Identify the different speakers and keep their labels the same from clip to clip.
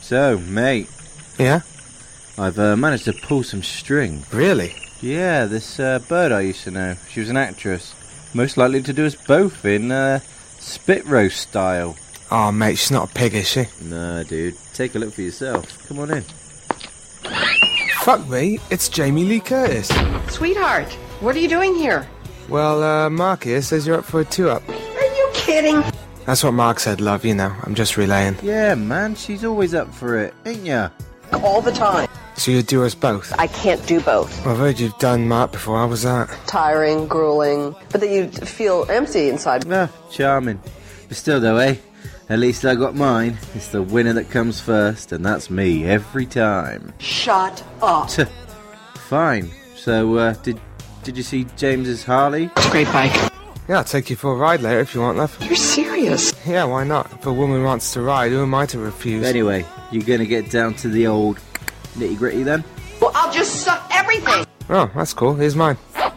Speaker 1: So, mate,
Speaker 2: Yeah?
Speaker 1: I've uh, managed to pull some string.
Speaker 2: Really?
Speaker 1: Yeah, this uh, bird I used to know. She was an actress. Most likely to do us both in uh, spit roast style.
Speaker 2: Oh, mate, she's not a pig, is she?
Speaker 1: Nah, dude. Take a look for yourself. Come on in.
Speaker 2: Fuck me, it's Jamie Lee Curtis.
Speaker 3: Sweetheart, what are you doing here?
Speaker 2: Well, uh, Mark here says you're up for a two up.
Speaker 3: Are you kidding?
Speaker 2: That's what Mark said, love, you know. I'm just relaying.
Speaker 1: Yeah, man, she's always up for it, ain't ya?
Speaker 3: All the time.
Speaker 2: So you do us both.
Speaker 3: I can't do both.
Speaker 2: I've heard you've done Mark before. How was that?
Speaker 3: Tiring, grueling, but that you feel empty inside.
Speaker 1: Ah, charming. But still, though, eh? At least I got mine. It's the winner that comes first, and that's me every time.
Speaker 3: Shut up.
Speaker 1: Tuh. Fine. So, uh, did did you see James's Harley?
Speaker 3: Great bike.
Speaker 2: Yeah, I'll take you for a ride later if you want, love.
Speaker 3: You're serious.
Speaker 2: Yeah, why not? If a woman wants to ride, who am I to refuse?
Speaker 1: Anyway, you're gonna get down to the old nitty gritty then.
Speaker 3: Well, I'll just suck everything.
Speaker 2: Oh, that's cool. Here's mine.
Speaker 3: I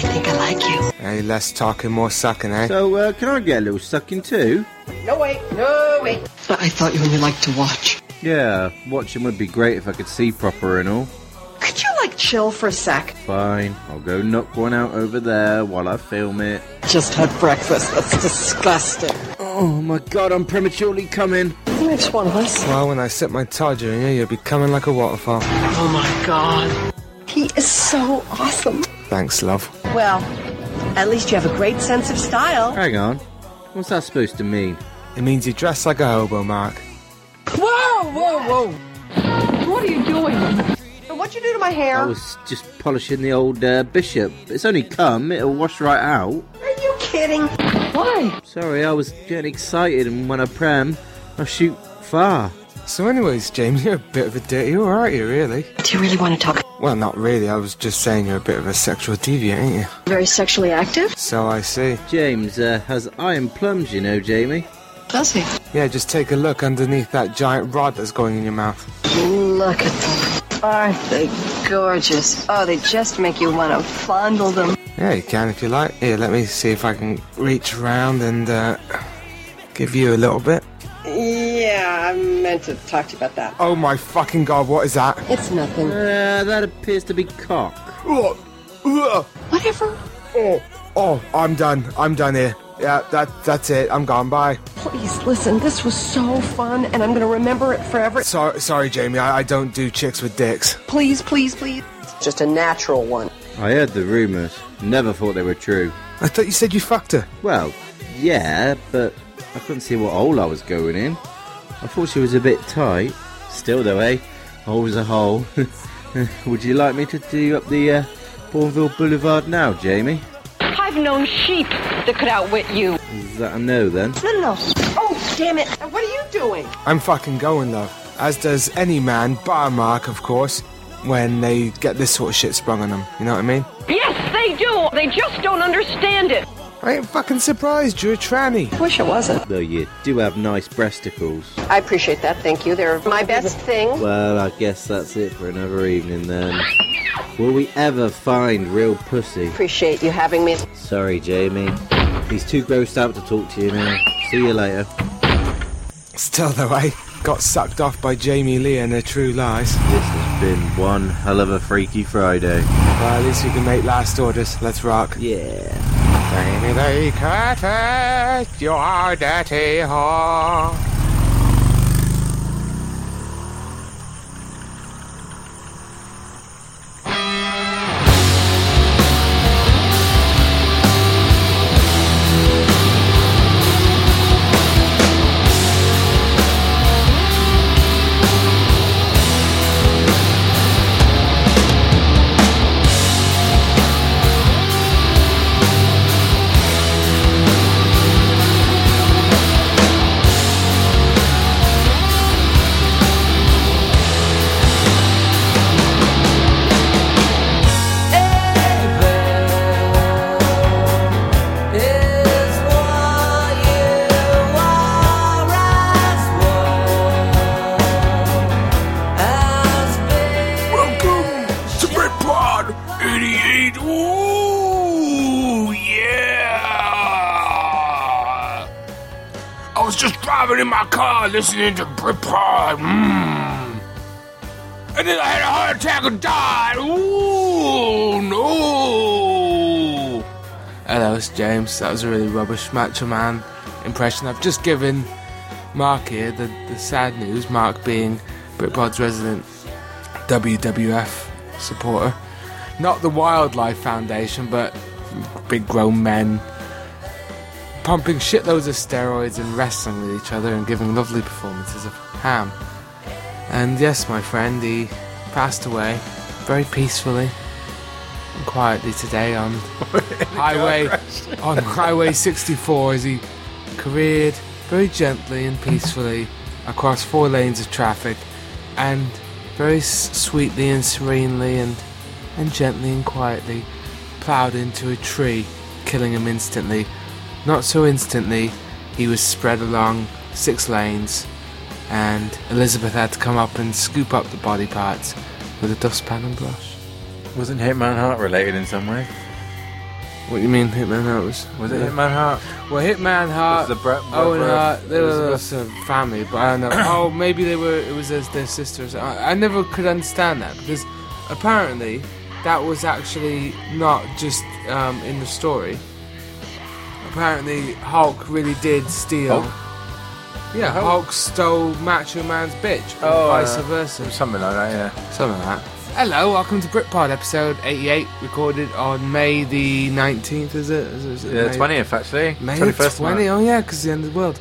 Speaker 3: think I like you.
Speaker 2: Hey, less talking, more sucking, eh?
Speaker 1: So, uh, can I get a little sucking too?
Speaker 3: No wait, no wait. But I thought you only liked to watch.
Speaker 1: Yeah, watching would be great if I could see proper and all.
Speaker 3: Could you like chill for a sec?
Speaker 1: Fine, I'll go knock one out over there while I film it.
Speaker 3: Just had breakfast. That's disgusting.
Speaker 1: Oh my god, I'm prematurely coming.
Speaker 3: You just want us?
Speaker 2: Well, when I sit my todger in you, you'll be coming like a waterfall.
Speaker 3: Oh my god. He is so awesome.
Speaker 2: Thanks, love.
Speaker 3: Well, at least you have a great sense of style.
Speaker 1: Hang on, what's that supposed to mean?
Speaker 2: It means you dress like a hobo, Mark.
Speaker 3: Whoa, whoa, whoa. What are you doing? What'd you do to my hair?
Speaker 1: I was just polishing the old uh, bishop. It's only come, it'll wash right out.
Speaker 3: Are you kidding? Why?
Speaker 1: Sorry, I was getting excited, and when I pram, I shoot far.
Speaker 2: So, anyways, James, you're a bit of a dirty, alright, you really?
Speaker 4: Do you really want to talk?
Speaker 2: Well, not really. I was just saying you're a bit of a sexual deviant, ain't you?
Speaker 4: Very sexually active?
Speaker 2: So I see.
Speaker 1: James uh, has iron plums, you know, Jamie.
Speaker 4: Does he?
Speaker 2: Yeah, just take a look underneath that giant rod that's going in your mouth.
Speaker 4: Look at them. Aren't they gorgeous? Oh, they just make you want to fondle them.
Speaker 2: Yeah, you can if you like. Here, let me see if I can reach around and uh, give you a little bit.
Speaker 3: Yeah, I meant to talk to you about that.
Speaker 2: Oh my fucking god, what is that?
Speaker 4: It's nothing.
Speaker 1: Uh, that appears to be cock.
Speaker 2: Ugh. Ugh.
Speaker 4: Whatever.
Speaker 2: Oh, oh, I'm done. I'm done here. Yeah, that that's it. I'm gone. Bye.
Speaker 3: Please listen, this was so fun, and I'm gonna remember it forever.
Speaker 2: Sorry, sorry, Jamie. I, I don't do chicks with dicks.
Speaker 3: Please, please, please. Just a natural one.
Speaker 1: I heard the rumours. Never thought they were true.
Speaker 2: I thought you said you fucked her.
Speaker 1: Well, yeah, but I couldn't see what hole I was going in. I thought she was a bit tight. Still though, eh? Hole's a hole. Would you like me to do up the uh, Bourneville Boulevard now, Jamie?
Speaker 5: I've known sheep that could outwit you.
Speaker 1: Is that a no then?
Speaker 3: No, no, no. Oh, damn it. What are you doing?
Speaker 2: I'm fucking going, love. As does any man, bar Mark, of course, when they get this sort of shit sprung on them. You know what I mean?
Speaker 5: Yes, they do. They just don't understand it.
Speaker 2: I ain't fucking surprised. You're a tranny.
Speaker 3: Wish it wasn't.
Speaker 1: Though you do have nice breasticles.
Speaker 3: I appreciate that, thank you. They're my best thing.
Speaker 1: Well, I guess that's it for another evening then. Will we ever find real pussy?
Speaker 3: Appreciate you having me.
Speaker 1: Sorry, Jamie. He's too grossed out to talk to you now. See you later.
Speaker 2: Still though, I got sucked off by Jamie Lee and her true lies.
Speaker 1: This has been one hell of a Freaky Friday.
Speaker 2: Well, at least we can make last orders. Let's rock.
Speaker 1: Yeah.
Speaker 2: Jamie Lee Curtis, you are dirty whore.
Speaker 6: Welcome to Britpod 88. Ooh, yeah. I was just driving in my car listening to Britpod. Mmm. I think I had a heart attack and died. Ooh, no.
Speaker 5: Hello, it's James. That was a really rubbish Macho Man impression. I've just given Mark here the, the sad news, Mark being Britpod's resident WWF supporter. Not the Wildlife Foundation, but big grown men pumping shitloads of steroids and wrestling with each other and giving lovely performances of ham. And yes, my friend, he passed away very peacefully and quietly today on highway on Highway 64 as he careered very gently and peacefully across four lanes of traffic and very s- sweetly and serenely and, and gently and quietly plowed into a tree, killing him instantly. Not so instantly, he was spread along six lanes, and Elizabeth had to come up and scoop up the body parts with a dustpan and brush.
Speaker 7: Wasn't Hitman Heart related in some way?
Speaker 5: What do you mean, Hitman Hart was?
Speaker 7: Was it Hitman Heart?
Speaker 5: Well, Hitman Hart,
Speaker 7: the Bret
Speaker 5: Owen
Speaker 7: brother,
Speaker 5: Hart, they were
Speaker 7: Elizabeth.
Speaker 5: also family, but I don't know. oh, maybe they were. It was as their sisters. I, I never could understand that because apparently that was actually not just um, in the story. Apparently, Hulk really did steal. Yeah, Hulk? stole Macho Man's bitch, or
Speaker 7: Oh,
Speaker 5: vice
Speaker 7: uh,
Speaker 5: versa.
Speaker 7: Something like that, yeah.
Speaker 5: Something like that. Hello, welcome to Britpod episode 88, recorded on May the 19th, is it? Is it- is it
Speaker 7: Yeah,
Speaker 5: May-
Speaker 7: 20th actually.
Speaker 5: May
Speaker 7: 21st
Speaker 5: the 20th.
Speaker 7: tomorrow.
Speaker 5: Oh yeah, because the end of the world.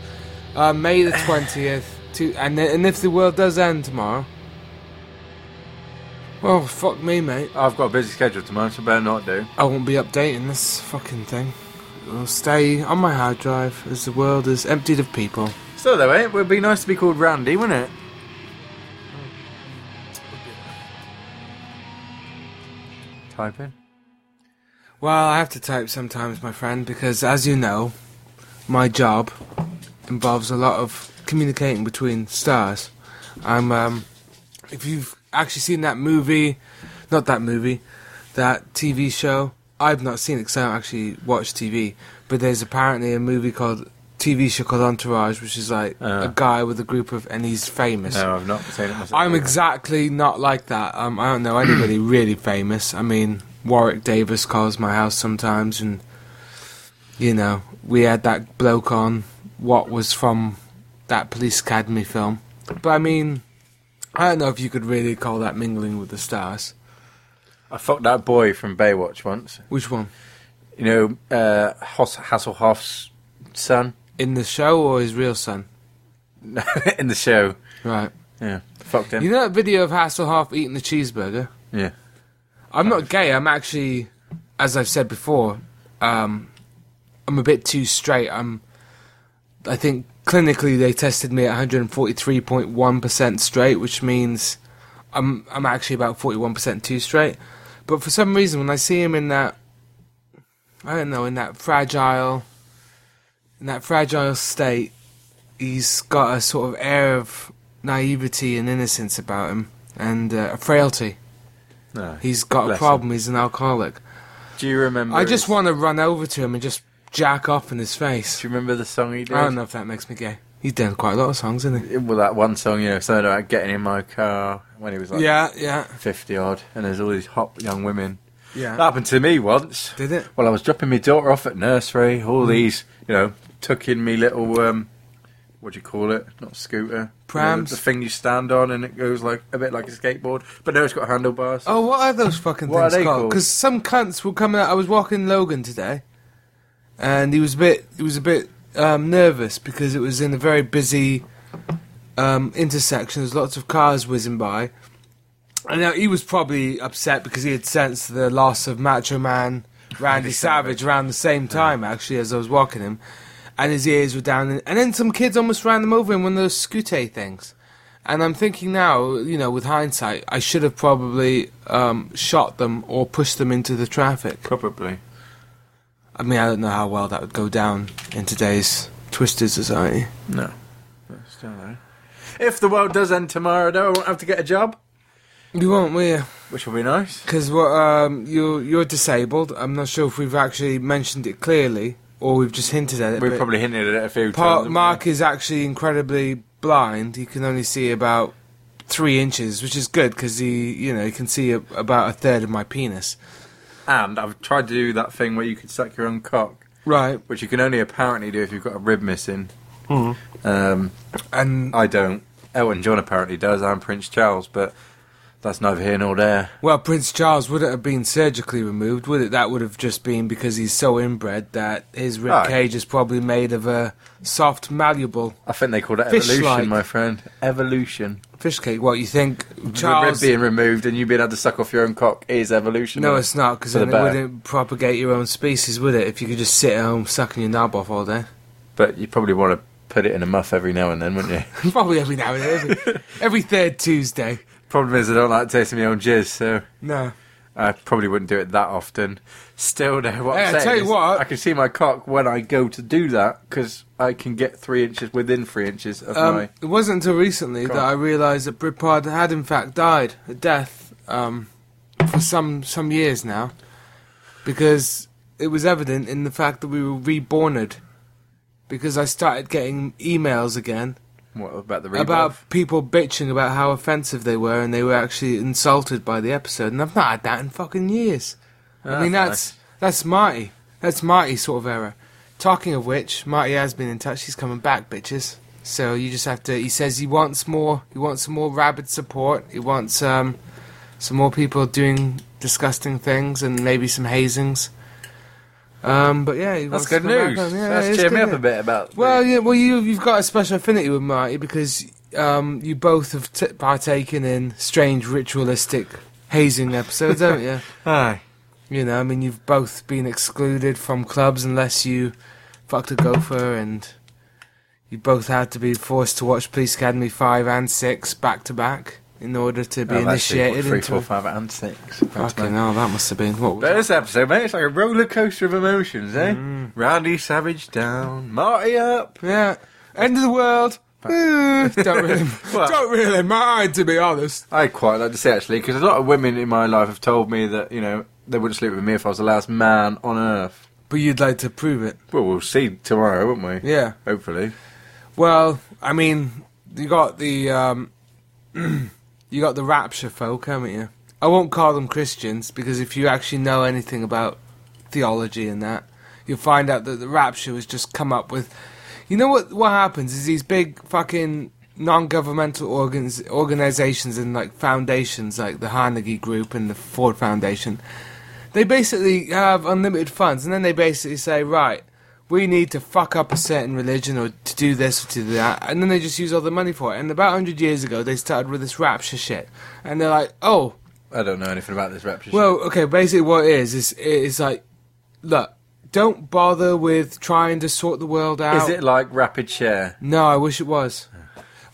Speaker 5: Uh, May the 20th. To, and then- and if the world does end tomorrow, well, fuck me, mate.
Speaker 7: I've got a busy schedule tomorrow, so better not do.
Speaker 5: I won't be updating this fucking thing. It'll stay on my hard drive as the world is emptied of people.
Speaker 7: Still though, eh? It would be nice to be called Randy, wouldn't it? Type in.
Speaker 5: Well, I have to type sometimes, my friend, because as you know, my job involves a lot of communicating between stars. I'm, um, if you've actually seen that movie, not that movie, that TV show, I've not seen it because I don't actually watch TV, but there's apparently a movie called, TV show called Entourage, which is like
Speaker 7: Uh.
Speaker 5: a guy with a group of, and he's famous.
Speaker 7: No, I've not seen it myself.
Speaker 5: I'm exactly not like that. Um, I don't know anybody really famous. I mean, Warwick Davis calls my house sometimes, and you know, we had that bloke on what was from that police academy film. But I mean, I don't know if you could really call that mingling with the stars.
Speaker 7: I fucked that boy from Baywatch once.
Speaker 5: Which one?
Speaker 7: You know, uh, Hass- Hasselhoff's son
Speaker 5: In the show or his real son?
Speaker 7: in the show.
Speaker 5: Right.
Speaker 7: Yeah, fucked him.
Speaker 5: You know that video of Hasselhoff eating the cheeseburger?
Speaker 7: yeah.
Speaker 5: I'm not gay. I'm actually, as I've said before, um, I'm a bit too straight. I'm, I think clinically they tested me at 143.1% straight, which means I'm I'm actually about 41% too straight. But for some reason, when I see him in that, I don't know, in that fragile, in that fragile state, he's got a sort of air of naivety and innocence about him, and uh, a frailty.
Speaker 7: No.
Speaker 5: He's got
Speaker 7: Bless
Speaker 5: a
Speaker 7: him.
Speaker 5: problem. He's an alcoholic.
Speaker 7: Do you remember?
Speaker 5: I just
Speaker 7: his-
Speaker 5: want to run over to him and just jack off in his face.
Speaker 7: Do you remember the song he did?
Speaker 5: I don't know if that makes me gay. He's done quite a lot of songs, isn't
Speaker 7: Well, that one song, you know, something about getting in my car when he was
Speaker 5: he?
Speaker 7: like
Speaker 5: Yeah, yeah,
Speaker 7: 50 odd, and there's all these hot young women. That
Speaker 5: yeah.
Speaker 7: happened to me once.
Speaker 5: Did it? Mm.
Speaker 7: Well, I was dropping my daughter off at nursery, all these, you know, took in me little, um, what do you call it? Not scooter. You know,
Speaker 5: Prams?
Speaker 7: the, the thing you stand on and it goes like a bit like a skateboard, but no, it's got handlebars.
Speaker 5: Oh, what are those fucking
Speaker 7: What are
Speaker 5: things
Speaker 7: they
Speaker 5: called?
Speaker 7: called?
Speaker 5: Because some cunts were coming out. I was walking Logan today, and he was a bit, he was a bit um, nervous because it was in a very busy um, intersection. There's lots of cars whizzing by. And now he was probably upset because he had sensed the loss of Macho Man Randy Savage around the same time, actually, as I was walking him. And his ears were down. And, and then some kids almost ran him over in one of those scooter things. And I'm thinking now, you know, with hindsight, I should have probably um, shot them or pushed them into the traffic.
Speaker 7: Probably.
Speaker 5: I mean, I don't know how well that would go down in today's twisted society.
Speaker 7: No. That's still there. If the world does end tomorrow, though, I won't have to get a job,
Speaker 5: You won't, will you?
Speaker 7: which will be nice.
Speaker 5: Because what um, you're you're disabled. I'm not sure if we've actually mentioned it clearly or we've just hinted at it.
Speaker 7: We
Speaker 5: but
Speaker 7: probably hinted at it a few times.
Speaker 5: Part
Speaker 7: haven't
Speaker 5: Mark is actually incredibly blind. He can only see about three inches, which is good because he, you know, he can see a, about a third of my penis.
Speaker 7: And I've tried to do that thing where you could suck your own cock,
Speaker 5: Right,
Speaker 7: which you can only apparently do if you've got a rib missing.
Speaker 5: Hmm.
Speaker 7: Um,
Speaker 5: and
Speaker 7: I don't. Elton John apparently does, and Prince Charles, but that's neither here nor there.
Speaker 5: Well, Prince Charles wouldn't have been surgically removed, would it? That would have just been because he's so inbred that his rib
Speaker 7: Right.
Speaker 5: cage is probably made of a soft, malleable
Speaker 7: I think they called it
Speaker 5: Fish-like.
Speaker 7: evolution, my friend. Evolution.
Speaker 5: fish cage. What you think,
Speaker 7: The
Speaker 5: Charles?
Speaker 7: rib being removed and you being able to suck off your own cock is evolution.
Speaker 5: no, it's not because
Speaker 7: For the
Speaker 5: then it
Speaker 7: better.
Speaker 5: wouldn't propagate your own species, would it? If you could just sit at home sucking your knob off all day,
Speaker 7: But you probably want to put it in a muff every now and then, wouldn't you?
Speaker 5: probably every now and then, every, every third Tuesday.
Speaker 7: Problem is, I don't like tasting my own jizz, so
Speaker 5: No,
Speaker 7: I probably wouldn't do it that often. Still, no. What
Speaker 5: Hey,
Speaker 7: I'm
Speaker 5: I
Speaker 7: saying
Speaker 5: tell you
Speaker 7: is
Speaker 5: what.
Speaker 7: I can see my cock when I go to do that because I can get three inches within three inches of
Speaker 5: um,
Speaker 7: my.
Speaker 5: it wasn't until recently
Speaker 7: Go
Speaker 5: that
Speaker 7: on.
Speaker 5: I realised that Britpod had in fact died a death um, for some some years now, because it was evident in the fact that we were reborned, because I started getting emails again
Speaker 7: What about the rebirth?
Speaker 5: about people bitching about how offensive they were and they were actually insulted by the episode, and I've not had that in fucking years.
Speaker 7: Ah,
Speaker 5: I mean, that's that's Marty. That's Marty sort of error. Talking of which, Marty has been in touch. He's coming back, bitches. So you just have to. He says he wants more. He wants some more rabid support. He wants um, some more people doing disgusting things and maybe some hazings. Um, but yeah, he
Speaker 7: That's
Speaker 5: wants to
Speaker 7: good
Speaker 5: come back
Speaker 7: news.
Speaker 5: on. Yeah, it
Speaker 7: that's
Speaker 5: is
Speaker 7: cheered me
Speaker 5: good
Speaker 7: up
Speaker 5: news.
Speaker 7: a bit about.
Speaker 5: Well, yeah, well, you you've got a special affinity with Marty because um, you both have t- partaken in strange ritualistic hazing episodes, haven't you?
Speaker 7: aye.
Speaker 5: You know, I mean, you've both been excluded from clubs unless you fucked a gopher, and you both had to be forced to watch Police Academy 5 and 6 back to back in order to be
Speaker 7: Oh, that's it, what,
Speaker 5: initiated
Speaker 7: three,
Speaker 5: into.
Speaker 7: four, five, and six.
Speaker 5: Fucking hell, that must have been. What was
Speaker 7: But
Speaker 5: that?
Speaker 7: this episode, mate, it's like a roller coaster of emotions, eh? Randy Savage down, Marty up.
Speaker 5: Yeah. End of the world. Eh, don't really,
Speaker 7: Well-
Speaker 5: don't really mind, to be honest.
Speaker 7: I quite like to say actually, because a lot of women in my life have told me that you know they wouldn't sleep with me if I was the last man on earth.
Speaker 5: But you'd like to prove it.
Speaker 7: Well, we'll see tomorrow, won't we?
Speaker 5: Yeah.
Speaker 7: Hopefully.
Speaker 5: Well, I mean, you got the um, you got the rapture folk, haven't you? I won't call them Christians because if you actually know anything about theology and that, you'll find out that the rapture was just come up with. You know what? What happens is these big fucking non-governmental organs, organizations, and like foundations, like the Carnegie Group and the Ford Foundation. They basically have unlimited funds, and then they basically say, right, we need to fuck up a certain religion or to do this or to do that, and then they just use all the money for it. And about 100 years ago, they started with this rapture shit, and they're like, oh,
Speaker 7: I don't know anything about this rapture.
Speaker 5: well, okay, basically what it is, is it's like, look, don't bother with trying to sort the world
Speaker 7: shit.
Speaker 5: out.
Speaker 7: is it like rapid share?
Speaker 5: No, I wish it was.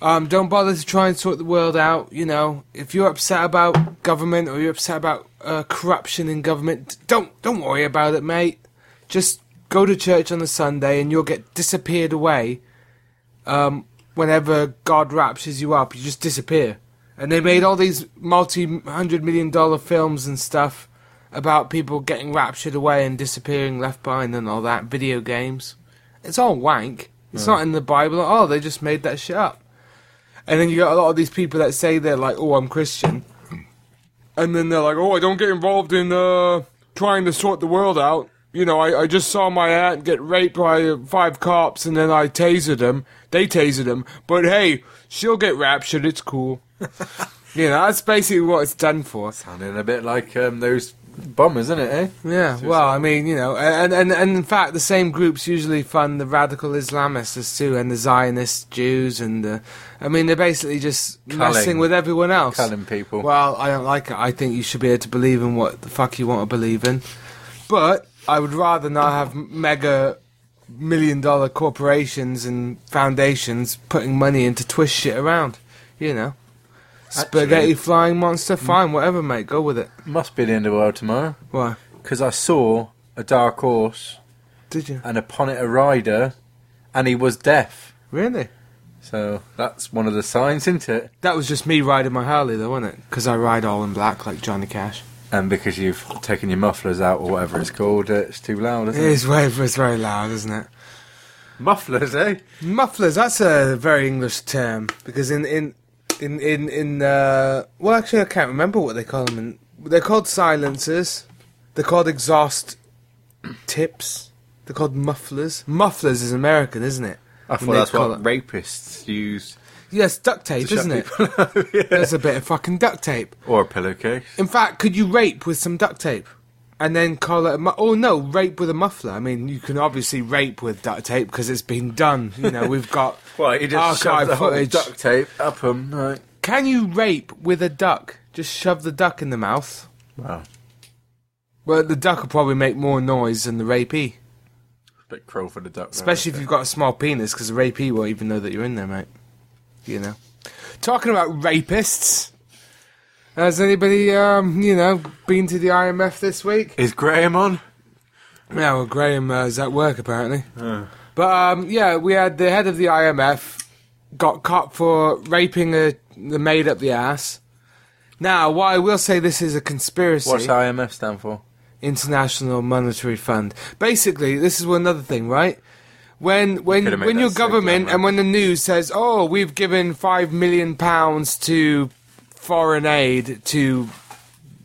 Speaker 5: Um, don't bother to try and sort the world out. You know, if you're upset about government or you're upset about uh, corruption in government, don't don't worry about it, mate. Just go to church on the Sunday, and you'll get disappeared away. Um, whenever God raptures you up, you just disappear. And they made all these multi-hundred million dollar films and stuff about people getting raptured away and disappearing left behind and all that. Video games. It's all wank. It's not in the Bible at all. They just made that shit up. And then you got a lot of these people that say they're like, "Oh, I'm Christian," and then they're like, "Oh, I don't get involved in uh, trying to sort the world out." You know, I, I just saw my aunt get raped by uh, five cops, and then I tasered him. They tasered him, but hey, she'll get raptured. It's cool. you know, that's basically what it's done for.
Speaker 7: Sounding a bit like um, those bombers, isn't it? Eh?
Speaker 5: Yeah, well, I mean, you know, and, and and in fact, the same groups usually fund the radical Islamists too, and the Zionist Jews, and the, I mean, they're basically just messing with everyone else.
Speaker 7: Culling people.
Speaker 5: Well, I don't like it. I think you should be able to believe in what the fuck you want to believe in, but I would rather not have mega million dollar corporations and foundations putting money into twist shit around, you know. Spaghetti flying monster, fine, whatever, mate. Go with it.
Speaker 7: Must be the end of the world tomorrow
Speaker 5: Why?
Speaker 7: because I saw a dark horse
Speaker 5: Did you
Speaker 7: and upon it a rider, and he was deaf.
Speaker 5: really?
Speaker 7: So that's one of the signs, isn't it?
Speaker 5: That was just me riding my Harley, though, wasn't it? Because I ride all in black like Johnny Cash.
Speaker 7: And because you've taken your mufflers out or whatever it's called, uh, it's too loud,
Speaker 5: It
Speaker 7: isn't it?
Speaker 5: is very, it's very loud, isn't it?
Speaker 7: Mufflers, eh?
Speaker 5: Mufflers, that's a very English term. Because in, in in in in uh, well, actually, I can't remember what they call them. In, they're called silencers. They're called exhaust tips. They're called mufflers. Mufflers is American, isn't it?
Speaker 7: I
Speaker 5: When
Speaker 7: thought
Speaker 5: they
Speaker 7: that's
Speaker 5: call
Speaker 7: what
Speaker 5: it-
Speaker 7: rapists use,
Speaker 5: Yes, duct tape,
Speaker 7: to shut
Speaker 5: isn't it?
Speaker 7: people up, yeah.
Speaker 5: There's a bit of fucking duct tape.
Speaker 7: or a pillowcase.
Speaker 5: In fact, could you rape with some duct tape? And then call it a mu- oh no, rape with a muffler. I mean, you can obviously rape with duct tape because it's been done. You know, we've got
Speaker 7: Well, he just shoved the whole
Speaker 5: footage.
Speaker 7: duct tape up him. Right.
Speaker 5: Can you rape with a duck? Just shove the duck in the mouth.
Speaker 7: Wow.
Speaker 5: Well, the duck will probably make more noise than the rapee,
Speaker 7: Bit cruel for the duck. though,
Speaker 5: especially if
Speaker 7: isn't
Speaker 5: you've got a small penis, because the rapee won't even know that you're in there, mate. You know. Talking about rapists, has anybody, um, you know, been to the IMF this week?
Speaker 7: it? Is Graham on?
Speaker 5: Yeah, well, Graham uh, is at work apparently. But um, yeah, we had the head of the IMF got caught for raping a, the maid up the ass. Now, while I will say this is a conspiracy,
Speaker 7: What's IMF stand for?
Speaker 5: International Monetary Fund. Basically, this is another thing, right? When when
Speaker 7: could've made
Speaker 5: when
Speaker 7: that
Speaker 5: your
Speaker 7: so
Speaker 5: government and
Speaker 7: glamorous.
Speaker 5: when the news says, "Oh, we've given five million pounds to foreign aid to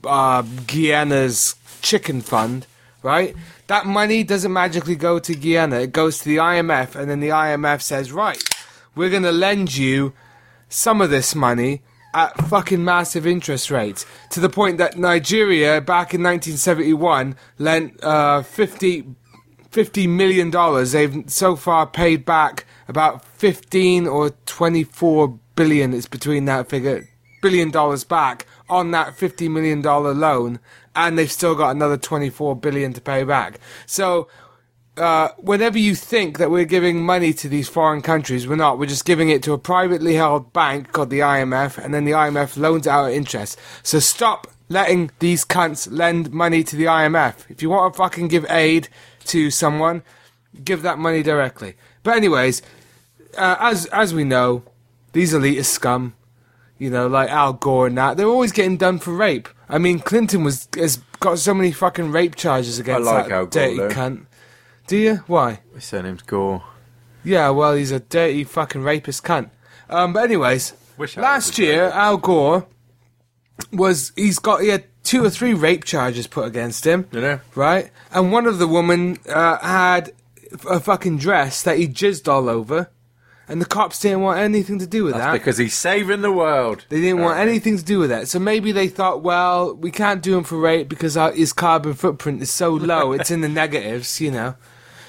Speaker 5: uh, Guyana's chicken fund," right? That money doesn't magically go to Guyana. It goes to the IMF, and then the IMF says, "Right, we're going to lend you some of this money." At fucking massive interest rates, to the point that Nigeria back in 1971 lent uh, 50 fifty million dollars. They've so far paid back about fifteen or twenty-four billion. It's between that figure billion dollars back on that fifty million dollar loan, and they've still got another twenty-four billion to pay back. So. Uh, whenever you think that we're giving money to these foreign countries, we're not. We're just giving it to a privately held bank called the IMF, and then the IMF loans out at interest. So stop letting these cunts lend money to the IMF. If you want to fucking give aid, to someone, give that money directly. But anyways, uh, as as we know, these elitist scum, you know, like Al Gore and that, they're always getting done for rape. I mean, Clinton was has got so many fucking rape charges against
Speaker 7: like
Speaker 5: that
Speaker 7: Al Gore,
Speaker 5: dirty
Speaker 7: though.
Speaker 5: cunt. Do you? Why?
Speaker 7: His surname's Gore.
Speaker 5: Yeah, well, he's a dirty fucking rapist cunt. Um, but anyways,
Speaker 7: Wish I was
Speaker 5: last
Speaker 7: a
Speaker 5: year
Speaker 7: rapist.
Speaker 5: Al Gore was he's got he had two or three rape charges put against him.
Speaker 7: You know?
Speaker 5: right? And one of the women uh, had a fucking dress that he jizzed all over, and the cops didn't want anything to do with that.
Speaker 7: Because he's saving the world.
Speaker 5: They didn't want anything to do with that. So maybe they thought, well, we can't do him for rape because our, his carbon footprint is so low, it's in the negatives, you know.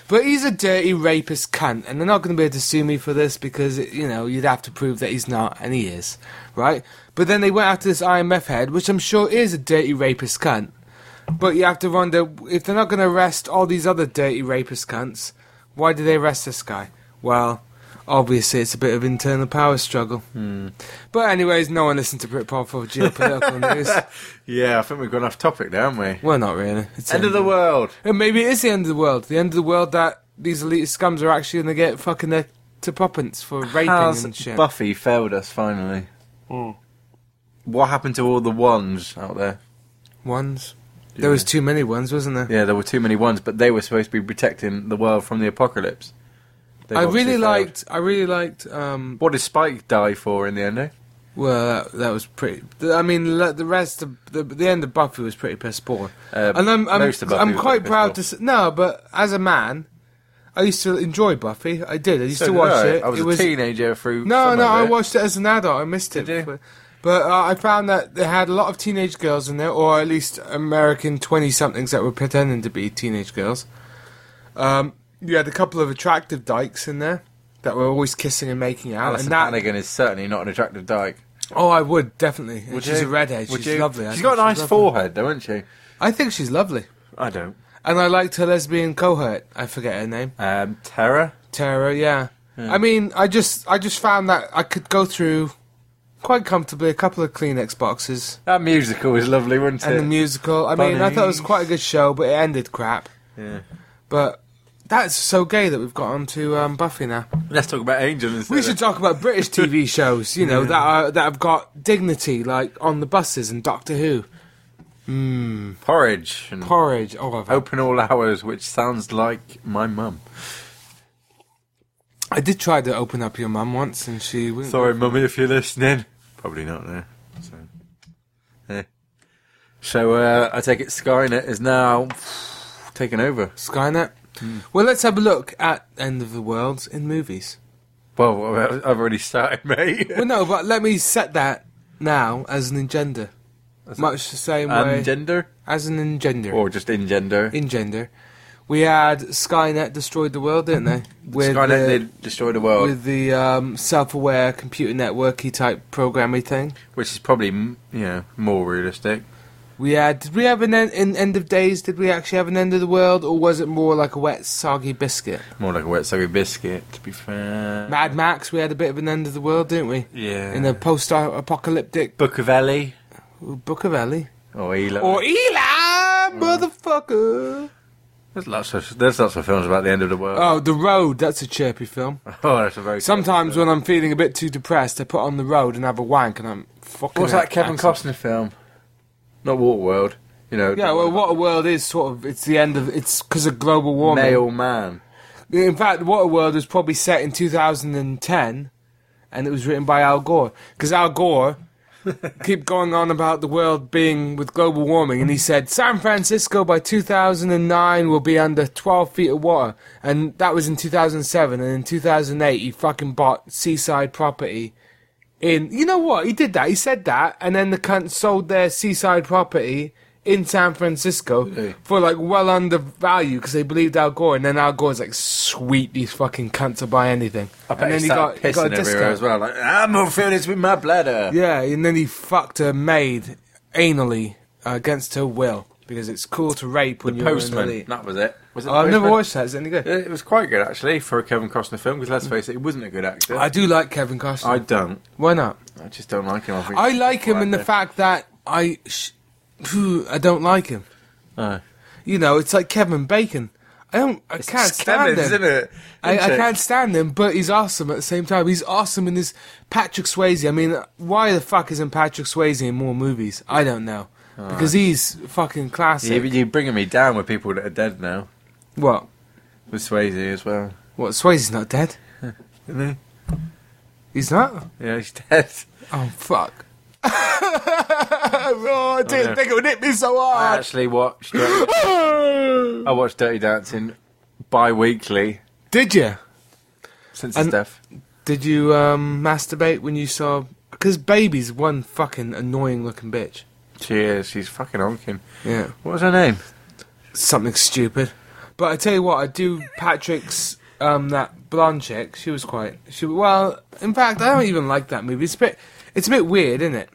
Speaker 5: But he's a dirty rapist cunt, and they're not going to be able to sue me for this because, you know, you'd have to prove that he's not, and he is, right? But then they went after this IMF head, which I'm sure is a dirty rapist cunt. But you have to wonder if they're not going to arrest all these other dirty rapist cunts, why did they arrest this guy? Well, obviously it's a bit of internal power struggle. But anyways, no one listened to Britpop for geopolitical news.
Speaker 7: Yeah, I think we've gone off topic now, haven't we?
Speaker 5: Well, not really. It's
Speaker 7: End of the world.
Speaker 5: And maybe it is the end of the world. The end of the world that these elitist scums are actually going to get fucking their to poppins for raping
Speaker 7: Has
Speaker 5: and shit.
Speaker 7: Buffy failed us finally? Hmm. What happened to all the ones out there?
Speaker 5: ones. There was too many ones, wasn't there?
Speaker 7: Yeah, there were too many ones, but they were supposed to be protecting the world from the apocalypse. They've
Speaker 5: I
Speaker 7: obviously
Speaker 5: really
Speaker 7: failed.
Speaker 5: liked. I really liked. Um,
Speaker 7: What did Spike die for in the end? Eh?
Speaker 5: well, that, that was pretty. I mean, le- the rest of the, the end of Buffy was pretty piss poor.
Speaker 7: Uh,
Speaker 5: and I'm I'm,
Speaker 7: most of Buffy
Speaker 5: I'm
Speaker 7: was
Speaker 5: quite
Speaker 7: piss
Speaker 5: proud
Speaker 7: poor.
Speaker 5: to say, no, but as a man, I used to enjoy Buffy. I did. I used to
Speaker 7: did
Speaker 5: watch
Speaker 7: I.
Speaker 5: it.
Speaker 7: I was a
Speaker 5: it
Speaker 7: teenager through.
Speaker 5: No,
Speaker 7: some
Speaker 5: no,
Speaker 7: of
Speaker 5: I
Speaker 7: it.
Speaker 5: watched it as an adult. I missed it.
Speaker 7: Did you?
Speaker 5: But- But uh, I found that they had a lot of teenage girls in there, or at least American 20 somethings that were pretending to be teenage girls. Um, you had a couple of attractive dykes in there that were always kissing and making out.
Speaker 7: Alison
Speaker 5: and that,
Speaker 7: Hannigan is certainly not an attractive dyke.
Speaker 5: oh, I would, definitely. And
Speaker 7: Would
Speaker 5: she's
Speaker 7: you?
Speaker 5: a redhead.
Speaker 7: Would
Speaker 5: she's
Speaker 7: you?
Speaker 5: lovely. I
Speaker 7: She's
Speaker 5: think
Speaker 7: got a nice
Speaker 5: lovely.
Speaker 7: forehead, though, hasn't she?
Speaker 5: I think she's lovely.
Speaker 7: I don't.
Speaker 5: And I liked her lesbian cohort. I forget her name.
Speaker 7: Um, Tara.
Speaker 5: Terror, yeah. I mean, I just, I just found that I could go through quite comfortably a couple of Kleenex boxes.
Speaker 7: That musical was lovely, wasn't
Speaker 5: and the
Speaker 7: it?
Speaker 5: musical. I mean, I thought it was
Speaker 7: Bunnies.
Speaker 5: quite a good show, but it ended crap.
Speaker 7: Yeah.
Speaker 5: But that's so gay that we've got onto um, Buffy now.
Speaker 7: Let's talk about Angel instead.
Speaker 5: We should talk about British TV shows, you know, that are, that have got dignity, like on the buses and Doctor Who,
Speaker 7: porridge and
Speaker 5: Porridge, all of it.
Speaker 7: open all hours, which sounds like my mum.
Speaker 5: I did try to open up your mum once, and she wouldn't.
Speaker 7: Sorry, mummy, if you're listening. Probably not there. So, eh. so uh, I take it Skynet is now taken over.
Speaker 5: Skynet.
Speaker 7: Hmm.
Speaker 5: Well, let's have a look at End of the Worlds in movies.
Speaker 7: Well, I- I've already started, mate.
Speaker 5: Well, no, but let me set that now as an engender. Much the same way
Speaker 7: and gender,
Speaker 5: as an engender.
Speaker 7: or just in gender.
Speaker 5: engender. We had Skynet destroyed the world, didn't they? With
Speaker 7: Mm-hmm. Skynet
Speaker 5: the,
Speaker 7: did destroy the world,
Speaker 5: with the um, self-aware computer networky type programmy thing.
Speaker 7: which is probably mm, you know more realistic.
Speaker 5: We had. Did we have an end, an end of days? Did we actually have an end of the world, or was it more like a wet, soggy biscuit?
Speaker 7: More like a wet soggy biscuit, to be fair.
Speaker 5: Mad Max. We had a bit of an end of the world, didn't we?
Speaker 7: Yeah.
Speaker 5: In a post-apocalyptic
Speaker 7: Book of Ellie.
Speaker 5: book of Ellie.
Speaker 7: Or E- Eli.
Speaker 5: Or Eli,
Speaker 7: Mm.
Speaker 5: motherfucker.
Speaker 7: there's lots of there's lots of films about the end of the world.
Speaker 5: Oh, The Road. That's a chirpy film.
Speaker 7: Oh, that's a very.
Speaker 5: Sometimes when I'm feeling a bit too depressed, I put on The Road and have a wank, and I'm fucking.
Speaker 7: What's that Kevin
Speaker 5: excellent.
Speaker 7: Costner film? Not Waterworld. You know.
Speaker 5: Yeah,
Speaker 7: the-
Speaker 5: well, what a world is sort of it's the end of it's because of global warming.
Speaker 7: Male man.
Speaker 5: In fact, what a world was probably set in 2010, and it was written by Al Gore because Al Gore keep going on about the world being with global warming, and he said San Francisco by 2009 will be under 12 feet of water, and that was in 2007, and in 2008 he fucking bought seaside property. In you know what he did that he said that, and then the cunt sold their seaside property. In San Francisco for like well under value because they believed Al Gore, and then Al Gore's like, "Sweet, these fucking cunts will buy anything."
Speaker 7: I bet
Speaker 5: and then
Speaker 7: he started pissing everywhere as well. Like, I'm not feeling this with my bladder.
Speaker 5: yeah, and then he fucked her maid anally uh, against her will because it's cool to rape when
Speaker 7: The
Speaker 5: you're An
Speaker 7: Postman.
Speaker 5: elite.
Speaker 7: That was it. Was it
Speaker 5: Oh, I've
Speaker 7: The
Speaker 5: never
Speaker 7: Postman?
Speaker 5: watched that. Is it any good?
Speaker 7: It was quite good actually for a Kevin Costner film because let's face it, he wasn't a good actor.
Speaker 5: I do like Kevin Costner.
Speaker 7: I don't.
Speaker 5: Why not?
Speaker 7: I just don't like him. I, think
Speaker 5: I
Speaker 7: he's
Speaker 5: like him in the
Speaker 7: actor.
Speaker 5: fact that I, sh- phew, I don't like him.
Speaker 7: No.
Speaker 5: You know, it's like Kevin Bacon. I don't. I can't
Speaker 7: It's
Speaker 5: stand
Speaker 7: Kevin's,
Speaker 5: him.
Speaker 7: isn't it?
Speaker 5: I, I
Speaker 7: Isn't it?
Speaker 5: can't stand him, but he's awesome at the same time. He's awesome in this Patrick Swayze. I mean, why the fuck isn't Patrick Swayze in more movies? I don't know. Because he's fucking classic.
Speaker 7: Yeah, but you're bringing me down with people that are dead now.
Speaker 5: what?
Speaker 7: With Swayze as well.
Speaker 5: What? Swayze's not dead?
Speaker 7: Isn't
Speaker 5: He's not.
Speaker 7: he? Yeah, he's dead.
Speaker 5: Oh fuck! oh, Ah, I didn't
Speaker 7: yeah.
Speaker 5: think it would hit me so
Speaker 7: I
Speaker 5: hard.
Speaker 7: actually watched. Dirty, I watched Dirty Dancing bi-weekly
Speaker 5: Did you?
Speaker 7: since
Speaker 5: And-
Speaker 7: his death.
Speaker 5: Did you um, masturbate when you saw? Because baby's one fucking annoying looking bitch.
Speaker 7: She is. She's fucking honking.
Speaker 5: Yeah.
Speaker 7: What was her name?
Speaker 5: Something stupid. But I tell you what, I do. Patrick's um, that blonde chick. She was quite. She well, in fact, I don't even like that movie. It's a bit. It's a bit weird, isn't it?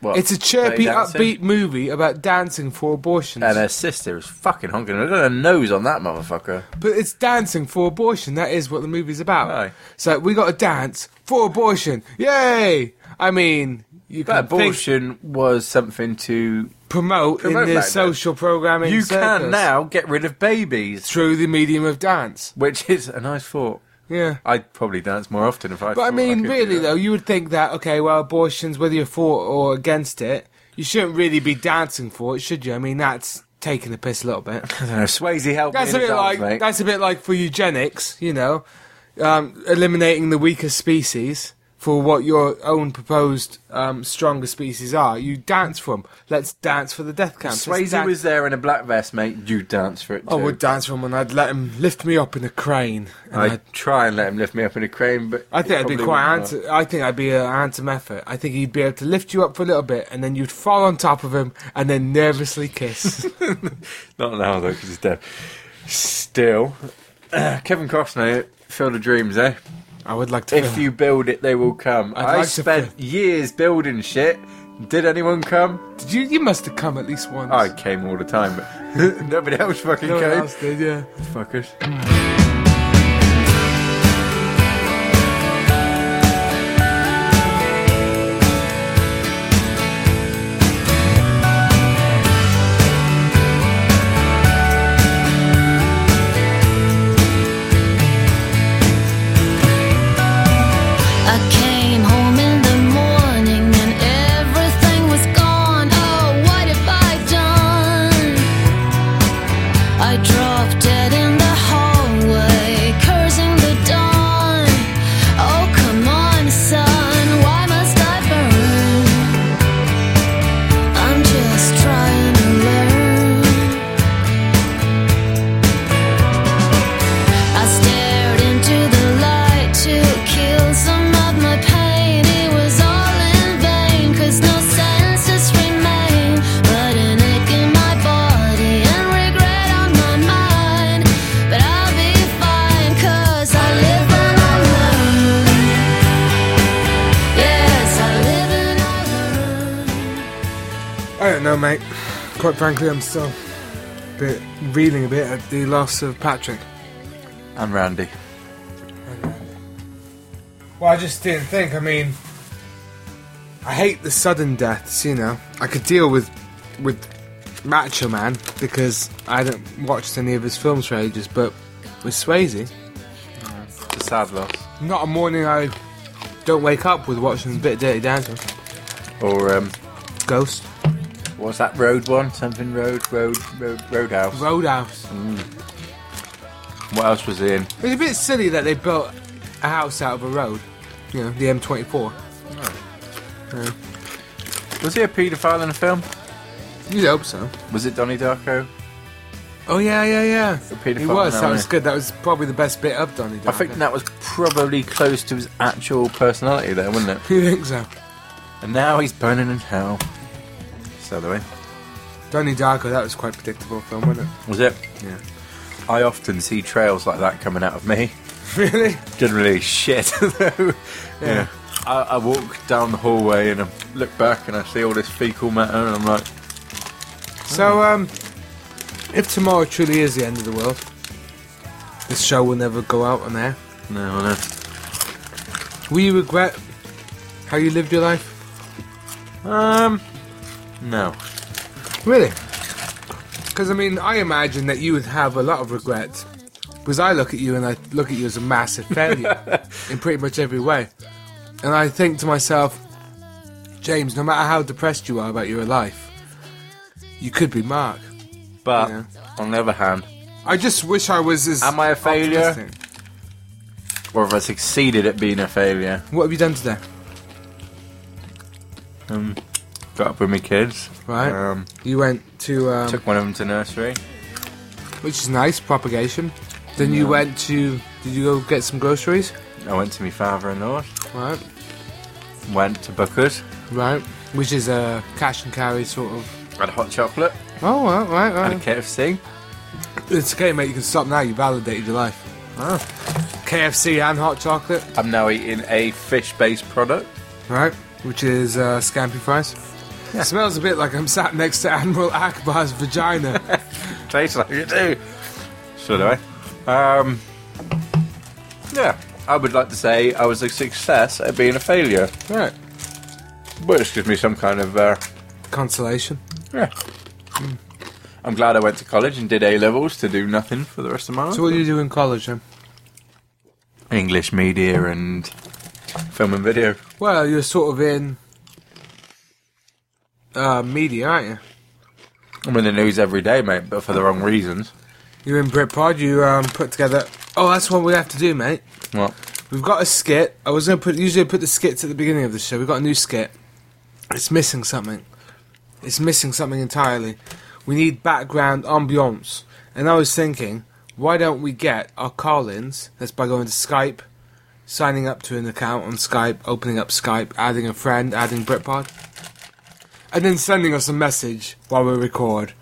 Speaker 7: What?
Speaker 5: It's a
Speaker 7: Dirty
Speaker 5: chirpy,
Speaker 7: Dancing?
Speaker 5: upbeat movie about dancing for abortions.
Speaker 7: And her sister was fucking honking. Look at her nose on that motherfucker.
Speaker 5: But it's dancing for abortion. That is what the movie's about.
Speaker 7: Aye.
Speaker 5: So we got to dance for abortion. Yay! I mean, you
Speaker 7: But
Speaker 5: can think,
Speaker 7: abortion was something to.
Speaker 5: promote,
Speaker 7: promote back
Speaker 5: in the
Speaker 7: then.
Speaker 5: social programming.
Speaker 7: You
Speaker 5: circles
Speaker 7: can now get rid of babies,
Speaker 5: through the medium of dance.
Speaker 7: which is a nice thought.
Speaker 5: Yeah.
Speaker 7: I'd probably dance more often if I.
Speaker 5: But I
Speaker 7: thought
Speaker 5: mean,
Speaker 7: could do
Speaker 5: really
Speaker 7: that.
Speaker 5: though, you would think that okay, well, abortions, whether you're for or against it, you shouldn't really be dancing for it, should you? I mean, that's taking the piss a little bit.
Speaker 7: I don't know, Swayze helped
Speaker 5: That's a
Speaker 7: me in
Speaker 5: bit
Speaker 7: his arms,
Speaker 5: like
Speaker 7: mate.
Speaker 5: that's a bit like for eugenics, you know, um, eliminating the weaker species for what your own proposed um, stronger species are. You dance for 'em. Let's dance for the death camps. Let's
Speaker 7: Swayze
Speaker 5: dan-
Speaker 7: was there in a black vest, mate. You dance for it. Too.
Speaker 5: I Oh, would dance for him, and I'd let him lift me up in a crane. And I'd,
Speaker 7: I'd try and let him lift me up in a crane, but
Speaker 5: I think I'd be
Speaker 7: probably
Speaker 5: quite
Speaker 7: wouldn't work.
Speaker 5: anti. I think I'd be an anti effort. I think he'd be able to lift you up for a little bit, and then you'd fall on top of him, and then nervously kiss.
Speaker 7: Not now though, because he's dead. Still, Kevin Costner, Field of Dreams, eh?
Speaker 5: I would like to.
Speaker 7: If you build it, they will come.
Speaker 5: I'd
Speaker 7: I
Speaker 5: like to
Speaker 7: spent years building shit. Did anyone come?
Speaker 5: Did you, you must have come at least once.
Speaker 7: I came all the time, but nobody else fucking
Speaker 5: No one
Speaker 7: came.
Speaker 5: else did, yeah.
Speaker 7: Fuckers.
Speaker 8: I came home in the morning and everything was gone. Oh, what have I done? I dropped dead in the hallway Oh,
Speaker 5: quite frankly, I'm still a bit reeling a bit at the loss of Patrick.
Speaker 7: And Randy.
Speaker 5: Well, I just didn't think. I mean, I hate the sudden deaths. You know, I could deal with with Macho Man because I haven't watched any of his films for ages. But with Swayze,
Speaker 7: It's a sad loss.
Speaker 5: not a morning I don't wake up with watching a bit of Dirty Dancing.
Speaker 7: Or um,
Speaker 5: Ghost,
Speaker 7: what's that road one? Something road, road, road, roadhouse.
Speaker 5: Roadhouse.
Speaker 7: What else was he in?
Speaker 5: It's a bit silly that they built a house out of a road. You know, the M24.
Speaker 7: Was he a paedophile in a film?
Speaker 5: You'd hope so.
Speaker 7: Was it Donnie Darko?
Speaker 5: Oh yeah, yeah, yeah.
Speaker 7: A paedophile
Speaker 5: He was.
Speaker 7: now,
Speaker 5: That was
Speaker 7: wasn't
Speaker 5: good. That was probably the best bit of Donnie.
Speaker 7: I think that was probably close to his actual personality, there, wasn't it?
Speaker 5: You think so?
Speaker 7: And now he's burning in hell. So the way.
Speaker 5: Donnie Darko. That was quite predictable film, wasn't
Speaker 7: Was it?
Speaker 5: Yeah.
Speaker 7: I often see trails like that coming out of me.
Speaker 5: it? really?
Speaker 7: Generally, shit. though. Yeah.
Speaker 5: Yeah.
Speaker 7: I, I walk down the hallway and I look back and I see all this fecal matter and I'm like,
Speaker 5: So, um, if tomorrow truly is the end of the world, this show will never go out on air.
Speaker 7: no, no.
Speaker 5: Will you regret how you lived your life?
Speaker 7: Um, no.
Speaker 5: Really? Because I mean, I imagine that you would have a lot of regrets. Because I look at you and I look at you as a massive failure in pretty much every way, and I think to myself, James, no matter how depressed you are about your life, you could be Mark.
Speaker 7: But
Speaker 5: Yeah.
Speaker 7: on the other hand,
Speaker 5: I just wish I was as.
Speaker 7: Am I a failure?
Speaker 5: optimistic.
Speaker 7: or have I succeeded at being a failure?
Speaker 5: What have you done today?
Speaker 7: Um, got up with my kids.
Speaker 5: Right.
Speaker 7: Um,
Speaker 5: You went to, um,
Speaker 7: took one of them to nursery.
Speaker 5: which is nice, propagation. Then you went to, did you go get some groceries?
Speaker 7: I went to my father-in-law.
Speaker 5: Right,
Speaker 7: Went to Booker's.
Speaker 5: right. Which is a cash and carry sort of.
Speaker 7: Had hot chocolate.
Speaker 5: Oh, right, right,
Speaker 7: Had a
Speaker 5: right.
Speaker 7: KFC.
Speaker 5: It's okay, mate. You can stop now. You validated your life.
Speaker 7: Oh.
Speaker 5: Ah. KFC and hot chocolate,
Speaker 7: I'm now eating a fish-based product.
Speaker 5: right? Which is uh, scampi fries. Smells a bit like I'm sat next to Admiral Akbar's vagina.
Speaker 7: Tastes like it too. Should I? Um, yeah, I would like to say I was a success at being a failure,
Speaker 5: right.
Speaker 7: which gives me some kind of uh,
Speaker 5: Consolation.
Speaker 7: yeah. Mm. I'm glad I went to college and did A levels to do nothing for the rest of my life.
Speaker 5: So, what do you do in college then?
Speaker 7: English media and film and video.
Speaker 5: Well, you're sort of in uh, media, aren't you?
Speaker 7: I'm in the news every day, mate, but for the wrong reasons.
Speaker 5: You and Brit Pod, you um, put together. Oh, that's what we have to do, mate.
Speaker 7: Well,
Speaker 5: We've got a skit. I was gonna put usually I put the skits at the beginning of the show. We've got a new skit. It's missing something. It's missing something entirely. We need background ambiance. And I was thinking, why don't we get our call-ins? That's by going to Skype, signing up to an account on Skype, opening up Skype, adding a friend, adding Britpod, and then sending us a message while we record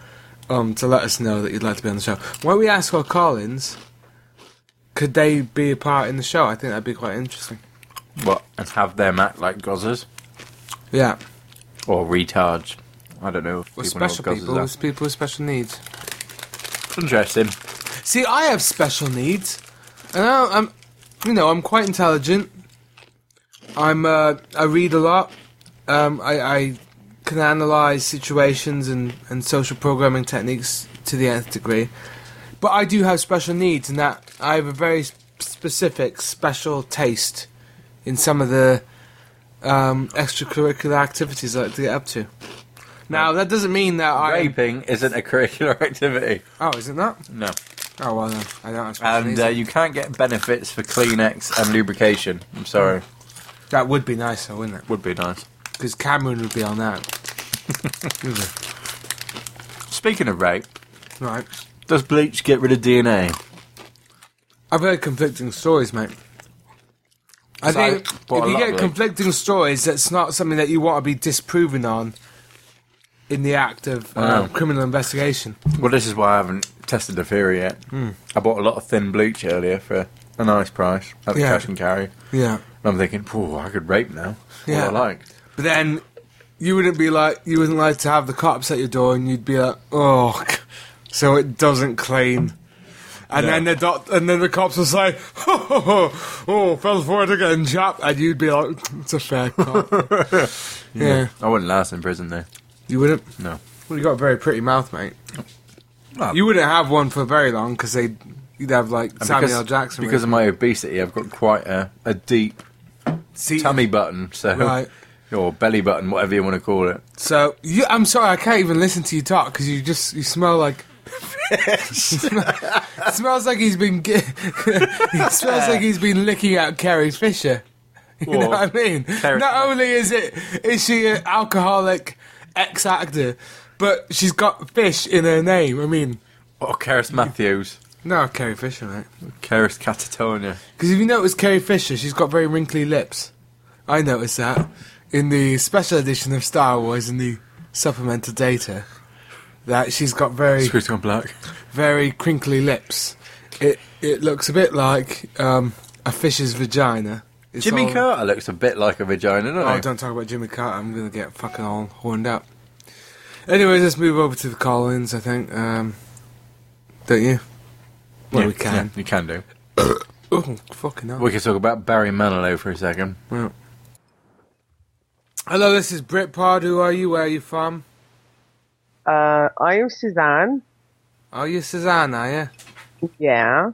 Speaker 5: um, to let us know that you'd like to be on the show. Why don't we ask our call-ins? Could they be a part in the show? I think that'd be quite interesting.
Speaker 7: what? And have them act like gozzers
Speaker 5: Yeah,
Speaker 7: or retards. I don't know. If
Speaker 5: with
Speaker 7: know what
Speaker 5: special
Speaker 7: gozzers
Speaker 5: people,
Speaker 7: are.
Speaker 5: with people with special needs.
Speaker 7: Interesting.
Speaker 5: See, I have special needs, and I, I'm, you know, I'm quite intelligent. I'm, uh, I read a lot. Um, I, I can analyze situations and and social programming techniques to the nth degree, but I do have special needs, and that I have a very s- specific, special taste in some of the um, extracurricular activities I like to get up to. Now, that doesn't mean that I.
Speaker 7: Raping isn't a curricular activity.
Speaker 5: Oh, isn't that?
Speaker 7: No.
Speaker 5: Oh, well, then. I don't have special
Speaker 7: And
Speaker 5: needs.
Speaker 7: uh, you can't get benefits for Kleenex and lubrication. I'm sorry. uh,
Speaker 5: That would be nice, though, wouldn't it?
Speaker 7: Would be nice.
Speaker 5: Because Cameron would be on that. Would he?
Speaker 7: Speaking of rape,
Speaker 5: right.
Speaker 7: does bleach get rid of DNA?
Speaker 5: I've heard conflicting stories, mate. I
Speaker 7: So,
Speaker 5: think if
Speaker 7: what a
Speaker 5: you
Speaker 7: lot,
Speaker 5: get
Speaker 7: really.
Speaker 5: conflicting stories, that's not something that you want to be disproven on in the act of uh,
Speaker 7: Wow.
Speaker 5: criminal investigation.
Speaker 7: Well, this is why I haven't tested the theory yet. I bought a lot of thin bleach earlier for a nice price at the
Speaker 5: Yeah.
Speaker 7: cash and carry.
Speaker 5: Yeah.
Speaker 7: And I'm thinking, "Phew, I could rape now. What
Speaker 5: Yeah.
Speaker 7: I like.
Speaker 5: But then you wouldn't be like you wouldn't like to have the cops at your door, and you'd be like, oh, so it doesn't clean. And
Speaker 7: No.
Speaker 5: then the doc- and then the cops will say, oh, oh, oh, fell for it again, chap. And you'd be like, it's a fair cop. yeah.
Speaker 7: I wouldn't last in prison though.
Speaker 5: you wouldn't.
Speaker 7: No.
Speaker 5: Well, you got a very pretty mouth, mate.
Speaker 7: Well,
Speaker 5: You wouldn't have one for very long because they you'd have like
Speaker 7: and
Speaker 5: Samuel
Speaker 7: because-
Speaker 5: Jackson
Speaker 7: Because of my obesity, I've got quite a, a deep
Speaker 5: See,
Speaker 7: tummy button, so
Speaker 5: Right.
Speaker 7: or belly button, whatever you want to call it.
Speaker 5: So you, I'm sorry, I can't even listen to you talk because you just you smell like. it smells like he's been. G- it smells like he's been licking out Carrie Fisher. You know
Speaker 7: Or-
Speaker 5: what I mean?
Speaker 7: Carrie-
Speaker 5: Not only is it is she an alcoholic ex actor, but she's got fish in her name. I mean,
Speaker 7: Or Karis Matthews,
Speaker 5: no Carrie Fisher, mate.
Speaker 7: Karis Catatonia.
Speaker 5: Because if you notice Carrie Fisher, she's got very wrinkly lips. I noticed that in the special edition of Star Wars in the supplemental data that she's got very
Speaker 7: Screwed on black.
Speaker 5: very crinkly lips. It it looks a bit like um, a fish's vagina. It's
Speaker 7: Jimmy
Speaker 5: all-
Speaker 7: Carter looks a bit like a vagina, doesn't
Speaker 5: Oh,
Speaker 7: he?
Speaker 5: don't talk about Jimmy Carter. I'm gonna get fucking all horned up. Anyways, let's move over to the Collins. I think, um, don't you? Well,
Speaker 7: Yeah,
Speaker 5: we can.
Speaker 7: yeah, you can do.
Speaker 5: Oh, fucking hell.
Speaker 7: We can talk about Barry Manilow for a second.
Speaker 5: Well. Hello, this is Brit Pod. Who are you? Where are you from?
Speaker 9: Uh, I am Suzanne.
Speaker 5: Oh, you're Suzanne, are you?
Speaker 9: Yeah.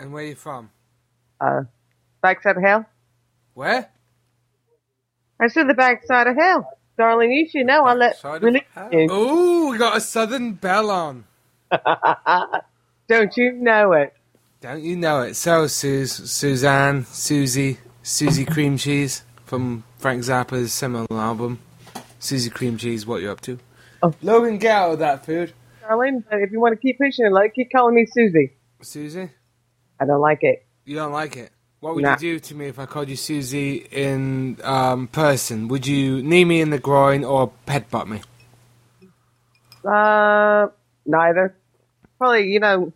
Speaker 5: And where are you from?
Speaker 9: Uh, backside of hell.
Speaker 5: Where?
Speaker 9: I said the backside of hell. Darling, you should know I let
Speaker 5: Backside of
Speaker 9: release you.
Speaker 5: Oh, we got a Southern Belle on.
Speaker 9: Don't you know it?
Speaker 5: Don't you know it? So, Sus, Suzanne, Susie, Susie Cream Cheese from Frank Zappa's seminal album. Susie Cream Cheese, what you up to?
Speaker 9: Oh.
Speaker 5: Logan, get out of that food.
Speaker 9: Darling, but if you want to keep pushing it, like, keep calling me Susie.
Speaker 5: Susie,
Speaker 9: I don't like it.
Speaker 5: you don't like it. What would
Speaker 9: Nah.
Speaker 5: you do to me if I called you Susie in um, person? Would you knee me in the groin or headbutt me?
Speaker 9: Uh, neither. Probably, you know,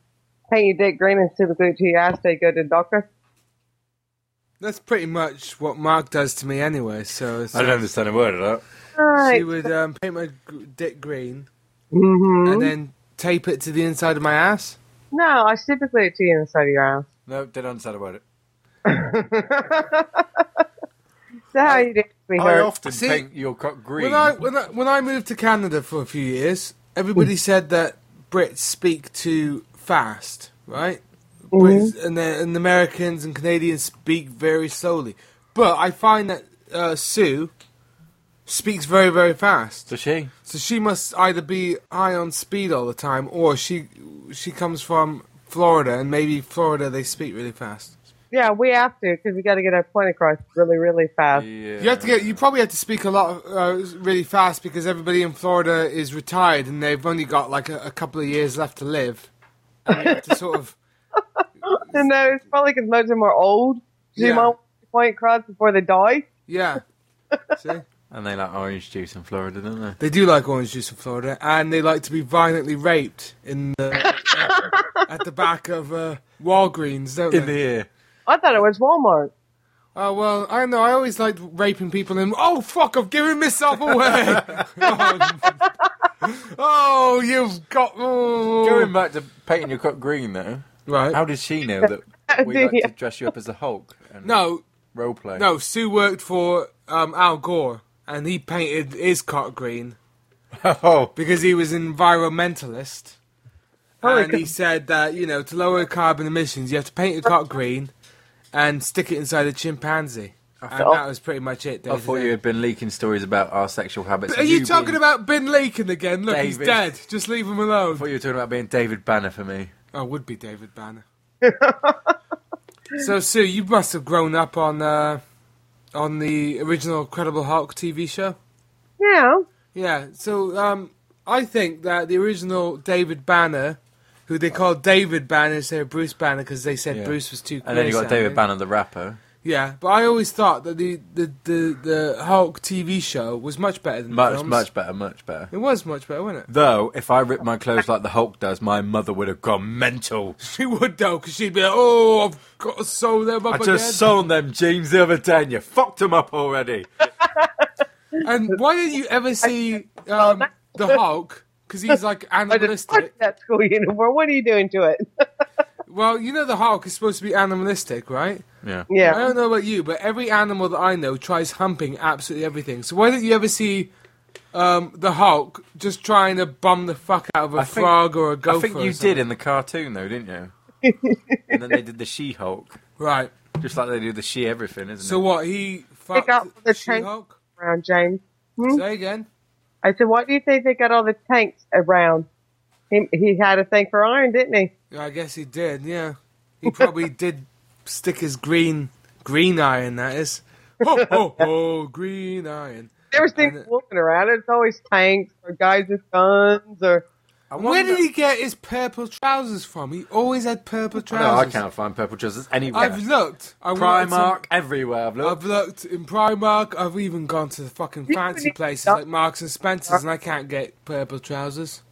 Speaker 9: paint your dick green and super glue it to your eyes till you go to the doctor.
Speaker 5: That's pretty much what Mark does to me anyway. So, it's-
Speaker 7: I don't understand a word of that.
Speaker 5: she
Speaker 9: Right.
Speaker 5: would um, paint my g- dick green
Speaker 9: hmm
Speaker 5: and then tape it to the inside of my ass.
Speaker 9: No, I super glue it to you inside of your eyes.
Speaker 7: No, don't understand about it.
Speaker 9: So how you do it,
Speaker 7: I
Speaker 9: sweetheart?
Speaker 7: often
Speaker 5: See-
Speaker 7: paint your cock green.
Speaker 5: When I, when I when I moved to Canada for a few years, everybody said that Brits speak too fast, right? Brits and then and Americans and Canadians speak very slowly. But I find that uh, Sue speaks very very fast.
Speaker 7: Does she?
Speaker 5: So she must either be high on speed all the time, or she she comes from Florida, and maybe Florida they speak really fast.
Speaker 9: Yeah, we have to because we got to get our point across really, really fast.
Speaker 7: Yeah.
Speaker 5: You have to get you probably have to speak a lot uh, really fast because everybody in Florida is retired and they've only got like a, a couple of years left to live. And you have to sort of
Speaker 9: And no, it's probably because most of them are old. So
Speaker 5: Yeah.
Speaker 9: you might point across before they die.
Speaker 5: yeah. See,
Speaker 7: And they like orange juice in Florida, don't they?
Speaker 5: they do like orange juice in Florida, and they like to be violently raped in the at the back of uh, Walgreens, don't they?
Speaker 7: In the ear.
Speaker 9: I thought it was Walmart.
Speaker 5: Oh well, I know. I always liked raping people, and oh fuck, I've given myself away. oh, you've got oh.
Speaker 7: Going back to painting your cock green, though,
Speaker 5: right.
Speaker 7: how did she know that we like to dress you up as the Hulk and
Speaker 5: no,
Speaker 7: role play?
Speaker 5: no. Sue worked for um, Al Gore, and he painted his cock green
Speaker 7: Oh,
Speaker 5: because he was an environmentalist,
Speaker 7: Oh,
Speaker 9: Holy
Speaker 5: and he said that you know to lower carbon emissions, you have to paint your cock green and stick it inside a chimpanzee. And
Speaker 9: thought-
Speaker 5: that was pretty much it.
Speaker 7: I thought you had been leaking stories about our sexual habits.
Speaker 5: Are you talking
Speaker 7: being-
Speaker 5: about Ben Lakin again? Look, he's
Speaker 7: David.
Speaker 5: dead. Just leave him alone.
Speaker 7: I thought you were talking about being David Banner for me.
Speaker 5: I would be David Banner. so Sue, you must have grown up on uh, on the original Credible Hulk TV show.
Speaker 9: Yeah.
Speaker 5: Yeah. So um, I think that the original David Banner, who they called David Banner instead of Bruce Banner because they said
Speaker 7: Yeah.
Speaker 5: Bruce was too.
Speaker 7: And then you got
Speaker 5: queer-sounding.
Speaker 7: David Banner, the rapper.
Speaker 5: Yeah, but I always thought that the the, the, the Hulk TV show was much better than the
Speaker 7: Much,
Speaker 5: films.
Speaker 7: much better, much better.
Speaker 5: It was much better, wasn't it?
Speaker 7: Though, if I ripped my clothes like the Hulk does, my mother would have gone mental.
Speaker 5: She would though, because she'd be like, "Oh, I've got to sew them up
Speaker 7: I
Speaker 5: again."
Speaker 7: just sold them jeans the other day and you fucked them up already.
Speaker 5: And why didn't you ever see um, the Hulk? Because he's like
Speaker 9: I just
Speaker 5: animalistic.
Speaker 9: put that school uniform. What are you doing to it?
Speaker 5: Well, you know the Hulk is supposed to be animalistic, right?
Speaker 7: Yeah.
Speaker 9: yeah.
Speaker 5: I don't know about you, but every animal that I know tries humping absolutely everything. So why didn't you ever see um, the Hulk just trying to bum the fuck out of a
Speaker 7: I think-
Speaker 5: frog or a gopher?
Speaker 7: I think
Speaker 5: or
Speaker 7: you did
Speaker 5: something?
Speaker 7: in the cartoon, though, didn't you? and then they did the She Hulk,
Speaker 5: Right.
Speaker 7: just like they do the She Everything, isn't
Speaker 5: So
Speaker 7: it?
Speaker 5: what? He fucked
Speaker 9: up the tank.
Speaker 5: Hulk.
Speaker 9: around, James.
Speaker 5: Say again.
Speaker 9: I said, why do you think they got all the tanks around? He, he had a thing for iron, didn't he?
Speaker 5: Yeah, I guess he did. Yeah, he probably did stick his green green iron. That is. Ho ho ho! Green iron.
Speaker 9: Never seen
Speaker 5: And-
Speaker 9: walking around. It's always tanks or guys with guns or.
Speaker 7: I
Speaker 5: Where
Speaker 7: wonder-
Speaker 5: did he get his purple trousers from? He always had purple trousers.
Speaker 7: No, I can't find purple trousers anywhere.
Speaker 5: I've looked. I wanted some-
Speaker 7: Primark everywhere. I've looked.
Speaker 5: I've looked in Primark. I've even gone to the fucking fancy
Speaker 9: really-
Speaker 5: places like Marks and Spencers, and I can't get purple trousers.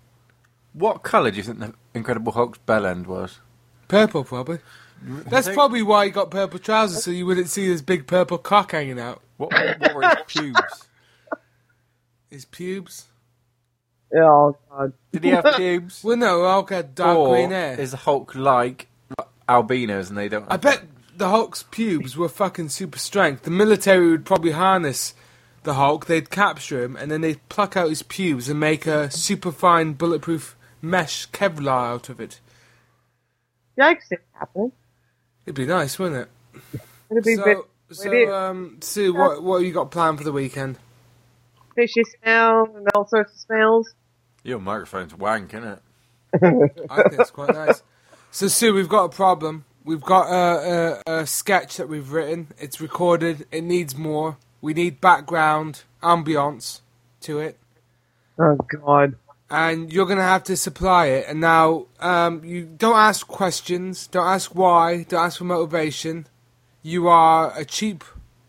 Speaker 7: What colour do you think the Incredible Hulk's bell end was?
Speaker 5: Purple, probably. That's probably why he got purple trousers, so you wouldn't see his big purple cock hanging out.
Speaker 7: What, what were his pubes?
Speaker 5: His pubes.
Speaker 9: Oh God!
Speaker 7: Did he have pubes?
Speaker 5: Well, no, Hulk had dark
Speaker 7: or
Speaker 5: green hair.
Speaker 7: Oh, is Hulk like albinos and they don't?
Speaker 5: I bet the Hulk's pubes were fucking super strength. The military would probably harness the Hulk, they'd capture him, and then they'd pluck out his pubes and make a super fine bulletproof mesh Kevlar out of it.
Speaker 9: Yikes! It happened.
Speaker 5: It'd be nice, wouldn't it?
Speaker 9: It'd be bit
Speaker 5: So,
Speaker 9: is.
Speaker 5: so um, Sue, what what have you got planned for the weekend?
Speaker 9: fishy smell and all sorts of smells.
Speaker 7: Your microphone's wank, isn't it?
Speaker 5: I think it's quite nice. So, Sue, we've got a problem. We've got a, a, a sketch that we've written. It's recorded. It needs more. We need background ambiance to it,
Speaker 9: Oh God!
Speaker 5: and you're gonna have to supply it. And now, um, you don't ask questions. Don't ask why. Don't ask for motivation. You are a cheap,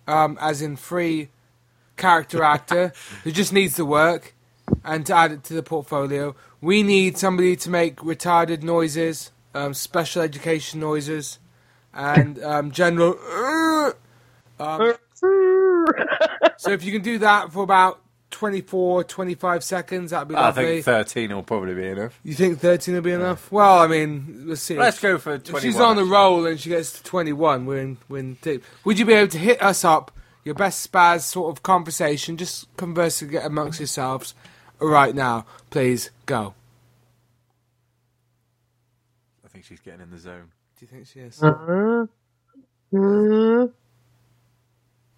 Speaker 5: um, as in free, character actor who just needs the work. and to add it to the portfolio. We need somebody to make retarded noises, um, special education noises, and um, general. uh, um, so if you can do that for about 24, 25 seconds, that'd be
Speaker 7: I
Speaker 5: lovely.
Speaker 7: think thirteen will probably be enough.
Speaker 5: you think 13 will be enough? Well, I mean, let's see.
Speaker 7: Let's go for
Speaker 5: If
Speaker 7: twenty.
Speaker 5: she's on the roll and she gets to 21, we're in, we're in deep. Would you be able to hit us up, your best spaz sort of conversation, just converse and get amongst yourselves right now? Please go.
Speaker 7: I think she's getting in the zone.
Speaker 5: Do you think she is?
Speaker 9: Hmm.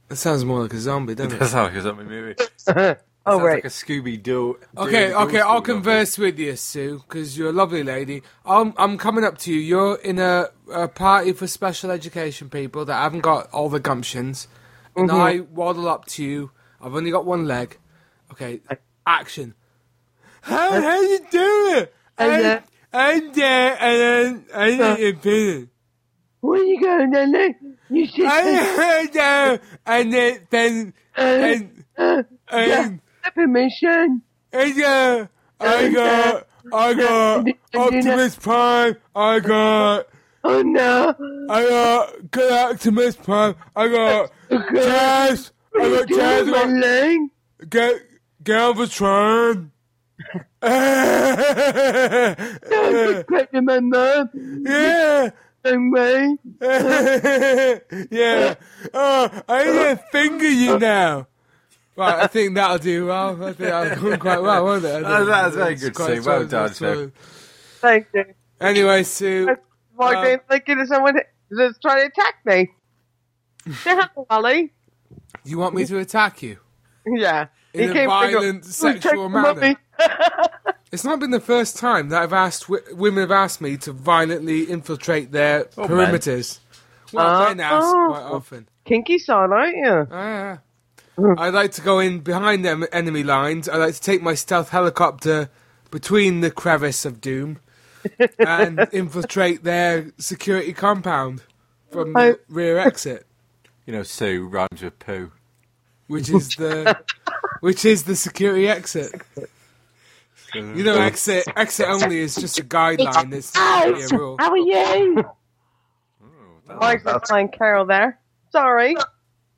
Speaker 5: That sounds more like a zombie, doesn't it?
Speaker 7: That's like a zombie movie.
Speaker 9: Oh
Speaker 7: Sounds
Speaker 9: right.
Speaker 7: like a Scooby Doo.
Speaker 5: Okay, okay, I'll converse with you, Sue, because you're a lovely lady. I'm, I'm coming up to you. You're in a, a party for special education people that haven't got all the gumptions, and I waddle up to you. I've only got one leg. Okay, action. How how you doing? I'm,
Speaker 9: Hello.
Speaker 5: I'm there, and I'm, I'm in prison.
Speaker 9: Where you going, Nelly? You should.
Speaker 5: I'm there, and then then and and.
Speaker 9: uh, permission.
Speaker 5: I got, I got, I got Optimus Prime. I got,
Speaker 9: Oh no!
Speaker 5: I got good Optimus Prime. I got Chaz. I got Chaz. I got-
Speaker 9: leg.
Speaker 5: Get, Galvatron. yeah,
Speaker 9: Pregnant my mom. Same way.
Speaker 5: yeah. Oh, I need to finger you now. Right, I think that'll do well. I think that'll go quite well, won't it? I
Speaker 7: That-
Speaker 5: think
Speaker 7: that's very
Speaker 5: it's
Speaker 7: good,
Speaker 5: quite
Speaker 7: Sue. Well
Speaker 5: strong,
Speaker 7: done,
Speaker 5: that's well-
Speaker 7: Sue.
Speaker 9: Thank you.
Speaker 5: Anyway, Sue. Uh,
Speaker 9: Walked in thinking that someone that's trying to attack me. Yeah, Ollie.
Speaker 5: You want me to attack you?
Speaker 9: Yeah.
Speaker 5: In a
Speaker 9: figure-
Speaker 5: violent
Speaker 9: Who
Speaker 5: sexual
Speaker 9: attacked
Speaker 5: manner.
Speaker 9: Mommy?
Speaker 5: It's not been the first time that I've asked w- women have asked me to violently infiltrate their
Speaker 7: man.
Speaker 5: perimeters. Well, men ask quite often.
Speaker 9: Kinky son, aren't you?
Speaker 5: Ah. I like to go in behind them enemy lines. I like to take my stealth helicopter between the crevice of doom and infiltrate their security compound from the
Speaker 9: I-
Speaker 5: rear exit,
Speaker 7: You know, Sue rhymes with poo.
Speaker 5: which is the which is the security exit. You know, exit exit only is just a guideline. It's not really a rule.
Speaker 9: How are you? Mike's playing Carol there. Sorry.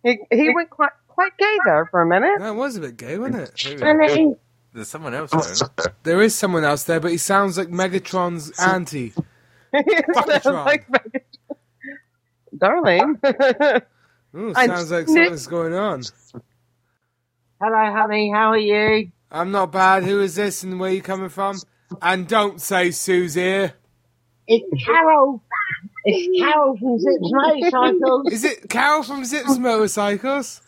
Speaker 9: He, he went quite quite gay there for a minute.
Speaker 5: That was a bit gay, wasn't it?
Speaker 7: There's someone else. Though.
Speaker 5: There is someone else there, but he sounds like Megatron's auntie.
Speaker 9: It sounds like fucking- Darling.
Speaker 5: Ooh,
Speaker 9: I'm
Speaker 5: sounds like
Speaker 9: Nick.
Speaker 5: something's going on.
Speaker 9: Hello, honey. How are you?
Speaker 5: I'm not bad. Who is this and where you coming from? And don't say Sue's here.
Speaker 10: It's Carol. It's Carol from Zips Motorcycles.
Speaker 5: Is it Carol from Zips Motorcycles?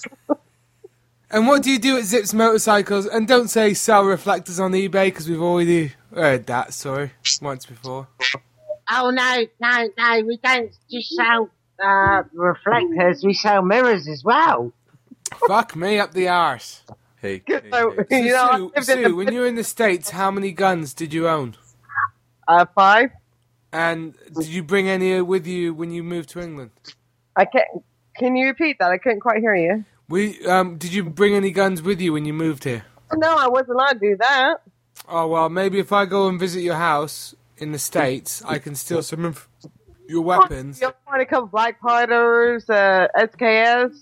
Speaker 5: And what do you do at Zips Motorcycles? And don't say sell reflectors on eBay because we've already heard that story once before.
Speaker 10: Oh no, no, no! We don't just sell uh, reflectors. We sell mirrors as well.
Speaker 5: Fuck me up the arse.
Speaker 7: Hey, hey,
Speaker 9: So,
Speaker 7: hey.
Speaker 9: you know, I
Speaker 5: Sue,
Speaker 9: lived in
Speaker 5: Sue
Speaker 9: the-
Speaker 5: when you were in the States, how many guns did you own?
Speaker 9: uh, five.
Speaker 5: And did you bring any with you when you moved to England?
Speaker 9: I can not Can you repeat that? I couldn't quite hear you.
Speaker 5: We, um, did you bring any guns with you when you moved here?
Speaker 9: No, I wasn't allowed to do that.
Speaker 5: Oh well, maybe if I go and visit your house in the states, I can steal some of your weapons.
Speaker 9: You'll find a couple Black Fighters, uh, SKS,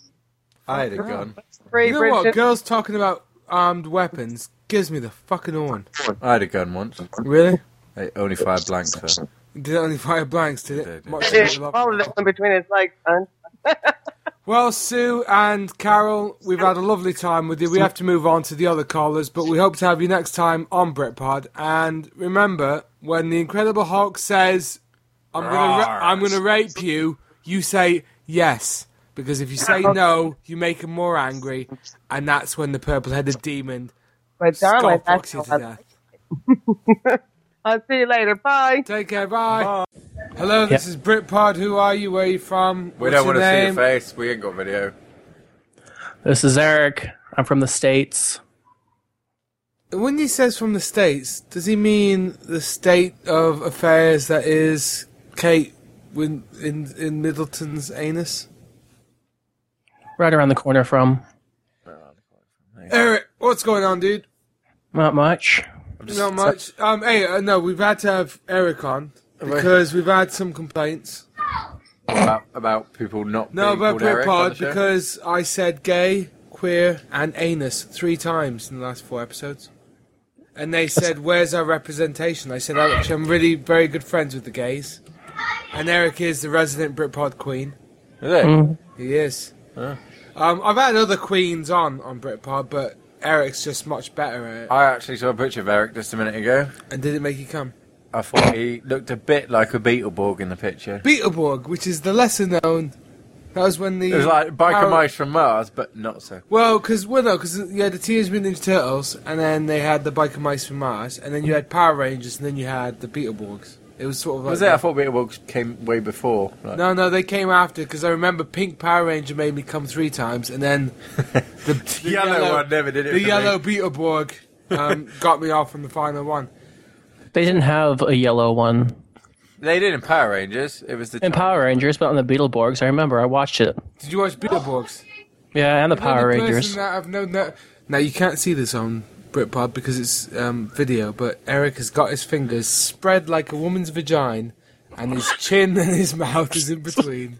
Speaker 7: I had a gun.
Speaker 9: Free
Speaker 5: You know what?
Speaker 9: Bridges.
Speaker 5: Girls talking about armed weapons gives me the fucking horn.
Speaker 7: I had a gun once.
Speaker 5: Really?
Speaker 7: I only fired blanks. though.
Speaker 5: Did it only fire blanks? Did
Speaker 7: They
Speaker 5: it?
Speaker 7: did.
Speaker 5: Much
Speaker 9: Dude,
Speaker 5: to love.
Speaker 9: all of them between uh, his legs, son.
Speaker 5: Well, Sue and Carol, we've had a lovely time with you. We have to move on to the other callers, but we hope to have you next time on Britpod. And remember, when the Incredible Hulk says, "I'm gonna, ra-
Speaker 7: Rawr.
Speaker 5: I'm gonna rape you," you say yes, because if you say no, you make him more angry, and that's when the purple-headed demon
Speaker 9: But darling,
Speaker 5: scoffs
Speaker 9: that's
Speaker 5: you
Speaker 9: all
Speaker 5: to
Speaker 9: I-
Speaker 5: death.
Speaker 9: I'll see you later. Bye.
Speaker 5: Take care, bye. Hello, this is Britpod. Who are you? Where are you from?
Speaker 7: We don't want to see your
Speaker 5: face.
Speaker 7: face. We ain't got video.
Speaker 11: This is Eric. I'm from the States.
Speaker 5: When he says from the States, does he mean the state of affairs that is Kate win- in, in Middleton's anus?
Speaker 11: Right around the corner from.
Speaker 5: Eric, what's going on, dude?
Speaker 11: Not much.
Speaker 5: Not much. Um, hey, uh, no, we've had to have Eric on because we've had some complaints.
Speaker 7: About, about people not
Speaker 5: No,
Speaker 7: being
Speaker 5: about
Speaker 7: called Eric on the
Speaker 5: Britpod
Speaker 7: show.
Speaker 5: because I said gay, queer, and anus three times in the last four episodes. And they said, Where's our representation? I said, "Alex, I'm really very good friends with the gays. And Eric is the resident Britpod queen.
Speaker 7: Is it?
Speaker 11: Mm.
Speaker 5: He is. Um, I've had other queens on on Britpod, but Eric's just much better at it.
Speaker 7: I actually saw a picture of Eric just a minute ago.
Speaker 5: And did it make you come?
Speaker 7: I thought he looked a bit like a Beetleborg in the picture.
Speaker 5: Beetleborg, which is the lesser known. That was when the
Speaker 7: It was like
Speaker 5: Power-
Speaker 7: Biker Mice from Mars, but not so.
Speaker 5: Well, because well, no, 'cause you had the Teenage Mutant Ninja Turtles, and then they had the Biker Mice from Mars, and then you had Power Rangers, and then you had the Beetleborgs. It was sort of like
Speaker 7: Was it? I thought Beetleborgs came way before. Like,
Speaker 5: No, no, they came after because I remember Pink Power Ranger made me come three times, and then the, the
Speaker 7: yellow one never did it
Speaker 5: The
Speaker 7: for me.
Speaker 5: yellow Beetleborg um, got me off from the final one.
Speaker 11: They didn't have a yellow one
Speaker 7: They did in Power Rangers. It was the
Speaker 11: in Power Rangers, but on the Beetleborgs, I remember I watched it.
Speaker 5: Did you watch Beetleborgs?
Speaker 11: Yeah, and the Power
Speaker 5: The only person
Speaker 11: Rangers.
Speaker 5: that I've known that- Now you can't see this on Britpod because it's um, video, but Eric has got his fingers spread like a woman's vagina, and his chin and his mouth is in between,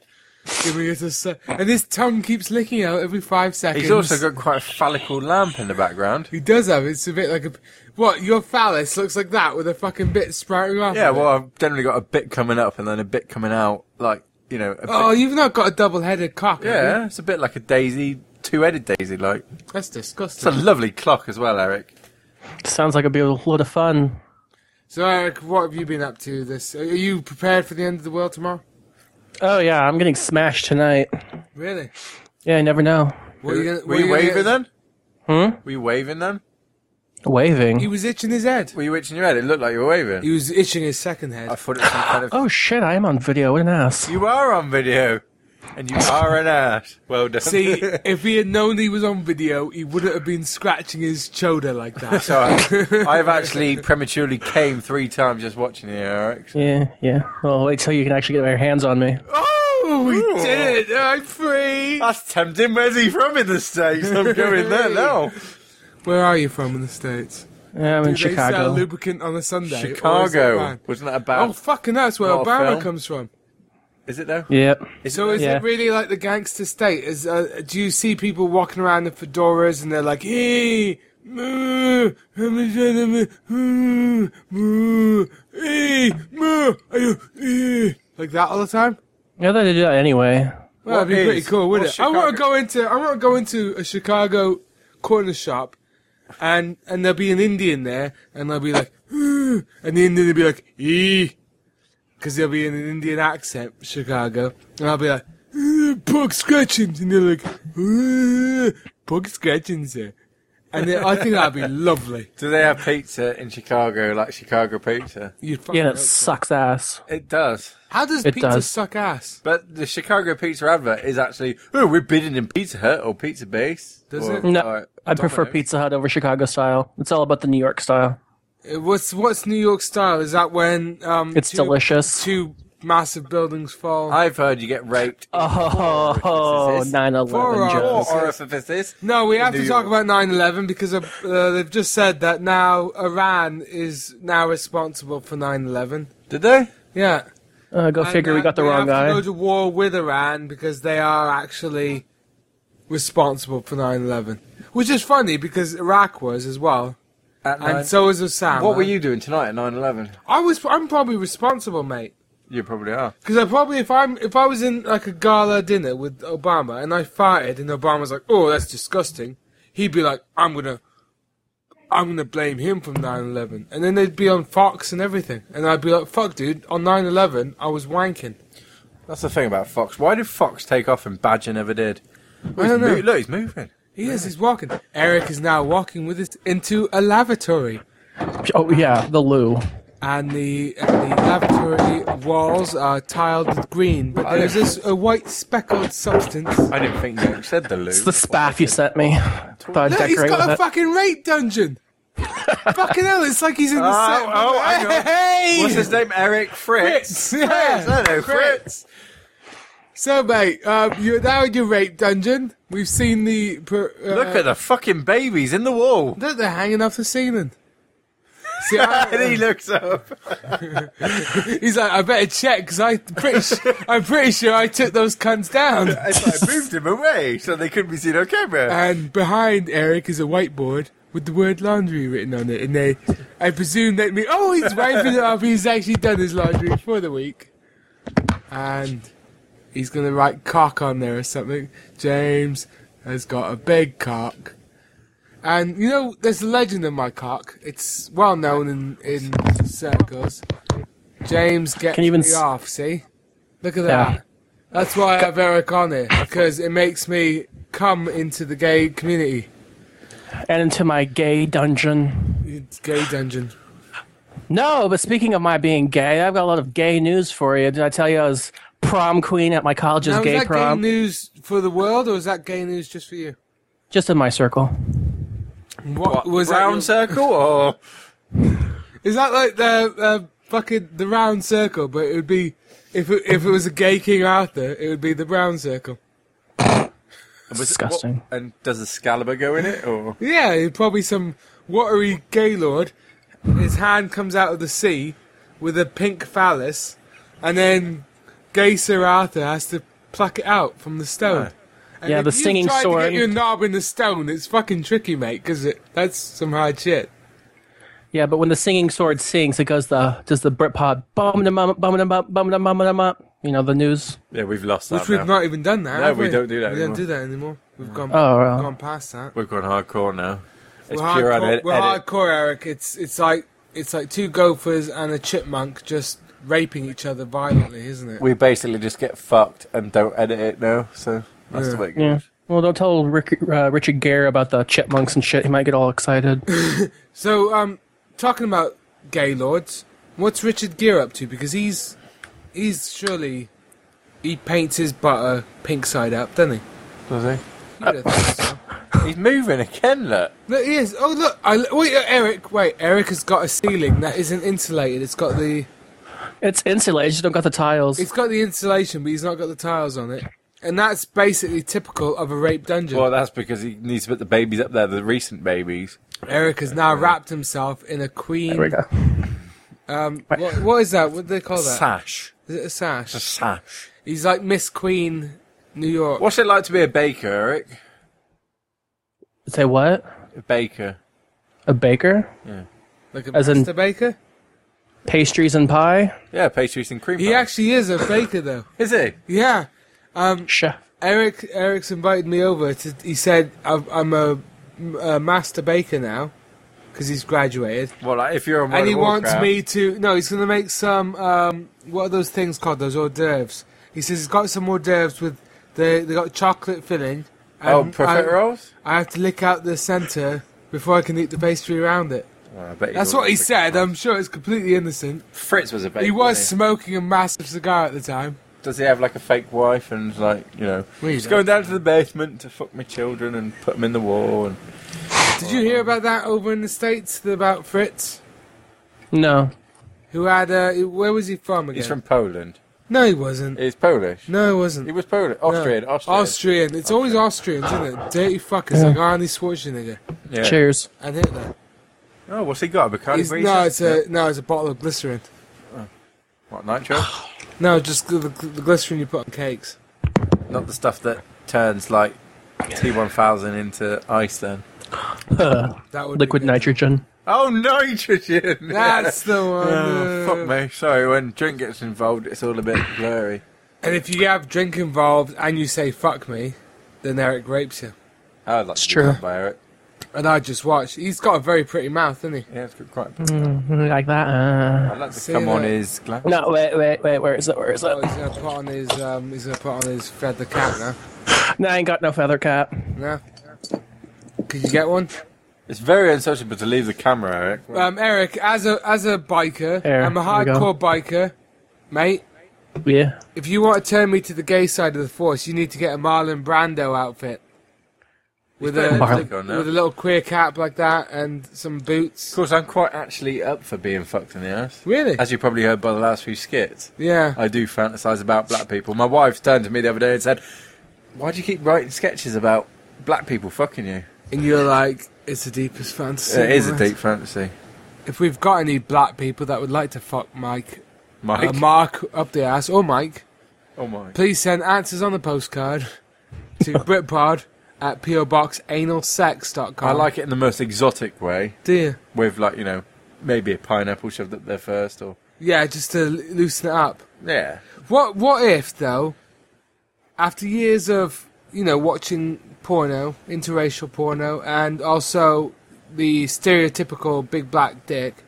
Speaker 5: giving it a su- and his tongue keeps licking out every five seconds.
Speaker 7: He's also got quite a phallical lamp in the background.
Speaker 5: He does have. It's a bit like a. What your phallus looks like that with a fucking bit sprouting off.
Speaker 7: Yeah,
Speaker 5: of it.
Speaker 7: well, I've generally got a bit coming up and then a bit coming out. Like, you know. A
Speaker 5: Oh,
Speaker 7: bit,
Speaker 5: you've not got a double-headed cock. have
Speaker 7: yeah,
Speaker 5: you?
Speaker 7: it's a bit like a daisy, two headed daisy, like.
Speaker 5: that's
Speaker 7: It's a
Speaker 5: disgusting.
Speaker 7: lovely clock as well, Eric.
Speaker 11: Sounds like it'd be a lot of fun.
Speaker 5: So, Eric, what have you been up to? This are you prepared for the end of the world tomorrow?
Speaker 11: Oh yeah, I'm getting smashed tonight.
Speaker 5: Really?
Speaker 11: Yeah, you never know.
Speaker 5: What are you gonna,
Speaker 7: Were
Speaker 5: what are
Speaker 7: you
Speaker 5: gonna
Speaker 7: waving
Speaker 5: get-
Speaker 7: then?
Speaker 11: Hmm?
Speaker 7: Were you waving then?
Speaker 5: He
Speaker 11: Waving.
Speaker 5: was itching his head.
Speaker 7: Were you itching your head? It looked like you were waving.
Speaker 5: He was itching his second head.
Speaker 7: I thought it was some kind of.
Speaker 11: Oh shit, I am on video. What an ass.
Speaker 7: You are on video, and you are an ass. Well done.
Speaker 5: See, if he had known he was on video, he wouldn't have been scratching his shoulder like that.
Speaker 7: so I, I've actually prematurely came three times just watching you, Eric.
Speaker 11: Yeah, yeah. Well, wait till you can actually get your hands on me.
Speaker 7: Oh,
Speaker 5: we did it! I'm free!
Speaker 7: That's tempting. Where's he from in the states? I'm going there now.
Speaker 5: Where are you from in the States?
Speaker 11: Yeah, I'm in
Speaker 5: Do they sell
Speaker 11: Chicago.
Speaker 5: lubricant on a Sunday? or is it
Speaker 7: Chicago.
Speaker 5: mine?
Speaker 7: Wasn't that a
Speaker 5: Oh,
Speaker 7: bad?
Speaker 5: fucking, that's where
Speaker 7: Not a
Speaker 5: Obama
Speaker 7: film.
Speaker 5: comes from.
Speaker 7: Is it though?
Speaker 11: Yep.
Speaker 5: so is it really like the gangster state? Is uh, do you see people walking around in fedoras and they're like, "Hey, moo, I'm a gentleman, uh, moo, moo, hey, moo, are you, eh," like that all the time?
Speaker 11: Yeah, they do that anyway.
Speaker 5: Well, that'd be pretty cool, wouldn't it? I want to go into I want to go into a Chicago corner shop, and and there'll be an Indian there, and they'll be like, "Ooh," and the Indian will be like, "Ee," because they'll be in an Indian accent, Chicago, and I'll be like, "Ooh, "Pork scratchings," and they're like, "Ooh, "Pork scratchings," there, and then, I think that'd be lovely.
Speaker 7: Do they have pizza in Chicago, like Chicago pizza?
Speaker 11: yeah, and it sucks ass.
Speaker 7: It does.
Speaker 5: How does
Speaker 11: It pizza does.
Speaker 5: suck ass?
Speaker 7: But the Chicago pizza advert is actually, oh, we're bidding in Pizza Hut or Pizza Base. or-
Speaker 11: No,
Speaker 7: or
Speaker 11: I prefer
Speaker 7: Domino's.
Speaker 11: Pizza Hut over Chicago style. It's all about the New York style.
Speaker 5: Uh, What's what's New York style? Is that when um,
Speaker 11: It's delicious.
Speaker 5: Two massive buildings fall.
Speaker 7: I've heard you get raped.
Speaker 11: Oh, 9/11 jokes.
Speaker 7: orifices.
Speaker 5: No, we
Speaker 7: in
Speaker 5: have
Speaker 7: New
Speaker 5: to talk about 9/11 because uh, uh, they've just said that now Iran is now responsible for 9/11.
Speaker 7: Did they?
Speaker 5: Yeah.
Speaker 11: Uh, go
Speaker 5: And,
Speaker 11: figure, we
Speaker 5: uh,
Speaker 11: got the
Speaker 5: we
Speaker 11: wrong
Speaker 5: have
Speaker 11: guy.
Speaker 5: To go to war with Iran because they are actually responsible for 9/11, which is funny because Iraq was as well,
Speaker 7: At
Speaker 5: and
Speaker 7: nine-
Speaker 5: so is Osama.
Speaker 7: What were you doing tonight at 9-11?
Speaker 5: I was. I'm probably responsible, mate.
Speaker 7: You probably are.
Speaker 5: Because I probably, if I'm, if I was in like a gala dinner with Obama and I farted and Obama's like, "Oh, that's disgusting," he'd be like, "I'm gonna, I'm gonna blame him from 9/11," and then they'd be on Fox and everything, and I'd be like, "Fuck, dude, on 9/11, I was wanking."
Speaker 7: That's the thing about Fox. Why did Fox take off and Badger never did?
Speaker 5: I don't know.
Speaker 7: Mo- look, he's moving.
Speaker 5: He is. He's walking. Eric is now walking with us into a lavatory,
Speaker 11: Oh yeah, the loo.
Speaker 5: and the and the lavatory walls are tiled with green, but
Speaker 7: I
Speaker 5: there's
Speaker 7: don't-
Speaker 5: this a white speckled substance.
Speaker 7: I didn't think you said the loo.
Speaker 11: It's the spaff you sent me. Thought I'd
Speaker 5: Look, he's
Speaker 11: decorate
Speaker 5: got
Speaker 11: with
Speaker 5: a
Speaker 11: it.
Speaker 5: fucking rape dungeon. fucking hell, it's like he's in the
Speaker 7: Oh,
Speaker 5: set.
Speaker 7: oh, hang on.
Speaker 5: hey!
Speaker 7: What's his name? Eric Fritz.
Speaker 5: Fritz, yeah.
Speaker 7: Fritz, hello, Fritz.
Speaker 5: So, mate, um, you're now in your rape dungeon. We've seen the. per- Uh,
Speaker 7: Look at the fucking babies in the wall.
Speaker 5: Look, they're hanging off the ceiling. See,
Speaker 7: and he
Speaker 5: I,
Speaker 7: looks up.
Speaker 5: he's like, I better check because I'm pretty, su- I'm pretty sure I took those cunts down.
Speaker 7: It's like I moved him away so they couldn't be seen on camera.
Speaker 5: And behind Eric is a whiteboard with the word laundry written on it. And they, I presume that me, oh, he's wiping it up. He's actually done his laundry for the week. And he's going to write cock on there or something. James has got a big cock. And you know, there's a legend of my cock. It's well known in, in circles. James gets
Speaker 11: Can you even
Speaker 5: me
Speaker 11: s-
Speaker 5: off, see? Look at that.
Speaker 11: Yeah.
Speaker 5: That's why I have Eric on here, because it makes me come into the gay community.
Speaker 11: And into my gay dungeon.
Speaker 5: It's gay dungeon.
Speaker 11: No, but speaking of my being gay, I've got a lot of gay news for you. Did I tell you I was prom queen at my college's
Speaker 5: Now, is
Speaker 11: gay
Speaker 5: that
Speaker 11: prom?
Speaker 5: gay news for the world, or is that gay news just for you?
Speaker 11: Just in my circle.
Speaker 5: What, was
Speaker 7: Brown
Speaker 5: that?
Speaker 7: circle or
Speaker 5: your- Is that like the uh, fucking the round circle? But it would be if it, if it was a gay King Arthur, it would be the brown circle.
Speaker 11: Disgusting.
Speaker 7: What- and does Excalibur go in it or
Speaker 5: Yeah, it'd probably some watery gaylord. His hand comes out of the sea with a pink phallus, and then gay Sir Arthur has to pluck it out from the stone. And
Speaker 11: Yeah,
Speaker 5: if
Speaker 11: the
Speaker 5: you've
Speaker 11: singing
Speaker 5: tried
Speaker 11: sword.
Speaker 5: To get your knob in the stone. It's fucking tricky, mate, because that's some hard shit.
Speaker 11: Yeah, but when the singing sword sings, it goes the does the Britpop bum da bum bum da bum bum da bum da bum. You know the news.
Speaker 7: Yeah, we've lost that.
Speaker 5: Which we've
Speaker 7: now.
Speaker 5: not even done that.
Speaker 7: No,
Speaker 5: have
Speaker 7: we
Speaker 5: we,
Speaker 7: don't do that
Speaker 5: We
Speaker 7: anymore.
Speaker 5: don't do that anymore. We've gone,
Speaker 11: Oh, well.
Speaker 5: gone past that.
Speaker 7: We've gone hardcore now. It's
Speaker 5: we're
Speaker 7: pure
Speaker 5: hardcore,
Speaker 7: edit.
Speaker 5: we're
Speaker 7: edit.
Speaker 5: hardcore, Eric. It's it's like it's like two gophers and a chipmunk just raping each other violently, isn't it?
Speaker 7: We basically just get fucked and don't edit it now. So that's the way it
Speaker 11: Yeah.
Speaker 7: goes.
Speaker 11: Well, don't tell Rick, uh, Richard Gere about the chipmunks and shit. He might get all excited.
Speaker 5: So, um, talking about gay lords, what's Richard Gere up to? Because he's he's surely he paints his butter pink side up, doesn't he?
Speaker 7: Does
Speaker 5: You'd have thought so.
Speaker 7: he? He's moving again. Look,
Speaker 5: Look, he is. Oh, look! I, wait, uh, Eric. Wait, Eric has got a ceiling that isn't insulated. It's got the
Speaker 11: it's insulated. You just don't got the tiles.
Speaker 5: it's got the insulation, but he's not got the tiles on it. And that's basically typical of a rape dungeon.
Speaker 7: well, that's because he needs to put the babies up there, the recent babies.
Speaker 5: Eric has now wrapped himself in a queen.
Speaker 11: There we go.
Speaker 5: Um, what, what is that? What do they call that?
Speaker 7: Sash,
Speaker 5: Is it a sash?
Speaker 7: sash.
Speaker 5: He's like Miss Queen New York.
Speaker 7: What's it like to be a baker, Eric?
Speaker 11: Say what?
Speaker 7: A baker.
Speaker 11: A baker?
Speaker 7: Yeah.
Speaker 5: Like a
Speaker 11: As in-
Speaker 5: master baker?
Speaker 11: Pastries and pie?
Speaker 7: Yeah, pastries and cream.
Speaker 5: He actually is a baker, though.
Speaker 7: is he?
Speaker 5: Yeah. Um,
Speaker 11: Chef.
Speaker 5: Eric Eric's invited me over. To, he said I'm, I'm a, a master baker now because he's graduated.
Speaker 7: Well, like, if you're a
Speaker 5: and he
Speaker 7: Modern
Speaker 5: wants
Speaker 7: Warcraft-
Speaker 5: me to. No, he's going to make some. Um, what are those things called? Those hors d'oeuvres. He says he's got some hors d'oeuvres with they they got chocolate filling.
Speaker 7: Oh,
Speaker 5: and
Speaker 7: profit
Speaker 5: I-
Speaker 7: rolls?
Speaker 5: I have to lick out the centre before I can eat the pastry around it.
Speaker 7: Well, Oh, I bet
Speaker 5: That's what he said. I'm sure it's completely innocent.
Speaker 7: Fritz um, was a baker.
Speaker 5: he was
Speaker 7: wasn't
Speaker 5: smoking a massive cigar at the time.
Speaker 7: Does he have like a fake wife and like you know?
Speaker 5: Well, you
Speaker 7: he's
Speaker 5: don't.
Speaker 7: going down to the basement to fuck my children and put them in the wall. And
Speaker 5: Did you hear about that over in the states the- about Fritz,
Speaker 11: No.
Speaker 5: who had uh, where was he from again?
Speaker 7: he's from Poland.
Speaker 5: No, he wasn't.
Speaker 7: He's Polish.
Speaker 5: No, he wasn't.
Speaker 7: He was Polish.
Speaker 5: No.
Speaker 7: Austrian. Austrian.
Speaker 5: Austrian. It's always Austrians, isn't it? Dirty fuckers
Speaker 11: Yeah.
Speaker 5: like Arnie Schwarzenegger
Speaker 7: Yeah.
Speaker 11: Cheers.
Speaker 5: and Hitler.
Speaker 7: Oh, what's he got? A Bacardi
Speaker 5: He's-
Speaker 7: Breezer?
Speaker 5: no, it's a no, it's a bottle of glycerin.
Speaker 7: What nitro?
Speaker 5: No, just the, the, the glycerin you put on cakes.
Speaker 7: Not the stuff that turns like T1000 into ice. Then.
Speaker 5: That would
Speaker 11: Liquid nitrogen.
Speaker 7: Oh, nitrogen.
Speaker 5: That's the one.
Speaker 7: Oh, fuck me. Sorry, when drink gets involved, it's all a bit blurry.
Speaker 5: And if you have drink involved and you say "fuck me," then Eric rapes you.
Speaker 7: I'd like to be
Speaker 11: true.
Speaker 7: done by Eric.
Speaker 5: And I just watched. He's got a very pretty mouth, isn't he?
Speaker 7: Yeah, it's got quite.
Speaker 11: Mm, like that. Uh.
Speaker 7: I'd like to
Speaker 5: See
Speaker 7: come on
Speaker 5: that.
Speaker 7: his glass.
Speaker 11: No, wait, wait, wait. Where is it? Where is it?
Speaker 5: Oh, he's gonna put on his um, he's gonna put on his Fred the Cat now.
Speaker 11: No, I ain't got no feather cap.
Speaker 5: No. Could you get one?
Speaker 7: It's very unsociable to leave the camera, Eric.
Speaker 5: Um, Eric, as a as a biker,
Speaker 11: Here,
Speaker 5: I'm a
Speaker 11: here we go.
Speaker 5: hardcore biker, mate.
Speaker 11: Yeah.
Speaker 5: If you want to turn me to the gay side of the force, you need to get a Marlon Brando outfit with a
Speaker 7: putting
Speaker 11: lipstick
Speaker 7: on now.
Speaker 5: with a little queer cap like that and some
Speaker 7: Of
Speaker 5: boots.
Speaker 7: course, I'm quite actually up for being fucked in the ass.
Speaker 5: Really?
Speaker 7: As you probably heard by the last few skits,
Speaker 5: Yeah.
Speaker 7: I do fantasise about black people. My wife turned to me the other day and said, Why do you keep writing sketches about black people fucking you?
Speaker 5: And you're like, it's the deepest fantasy.
Speaker 7: it is a
Speaker 5: Right.
Speaker 7: deep fantasy.
Speaker 5: If we've got any black people that would like to fuck Mike,
Speaker 7: Mike.
Speaker 5: Uh, Mark up the ass, or Mike,
Speaker 7: oh, my.
Speaker 5: Please send answers on the postcard to Britpod at PO Box analsex.com.
Speaker 7: I like it in the most exotic way,
Speaker 5: Do you?
Speaker 7: with, like, you know, maybe a pineapple shoved up there first, or.
Speaker 5: Yeah, just to l- loosen it up.
Speaker 7: Yeah.
Speaker 5: What What if though? After years of you know watching porno, interracial porno, and also the stereotypical big black dick,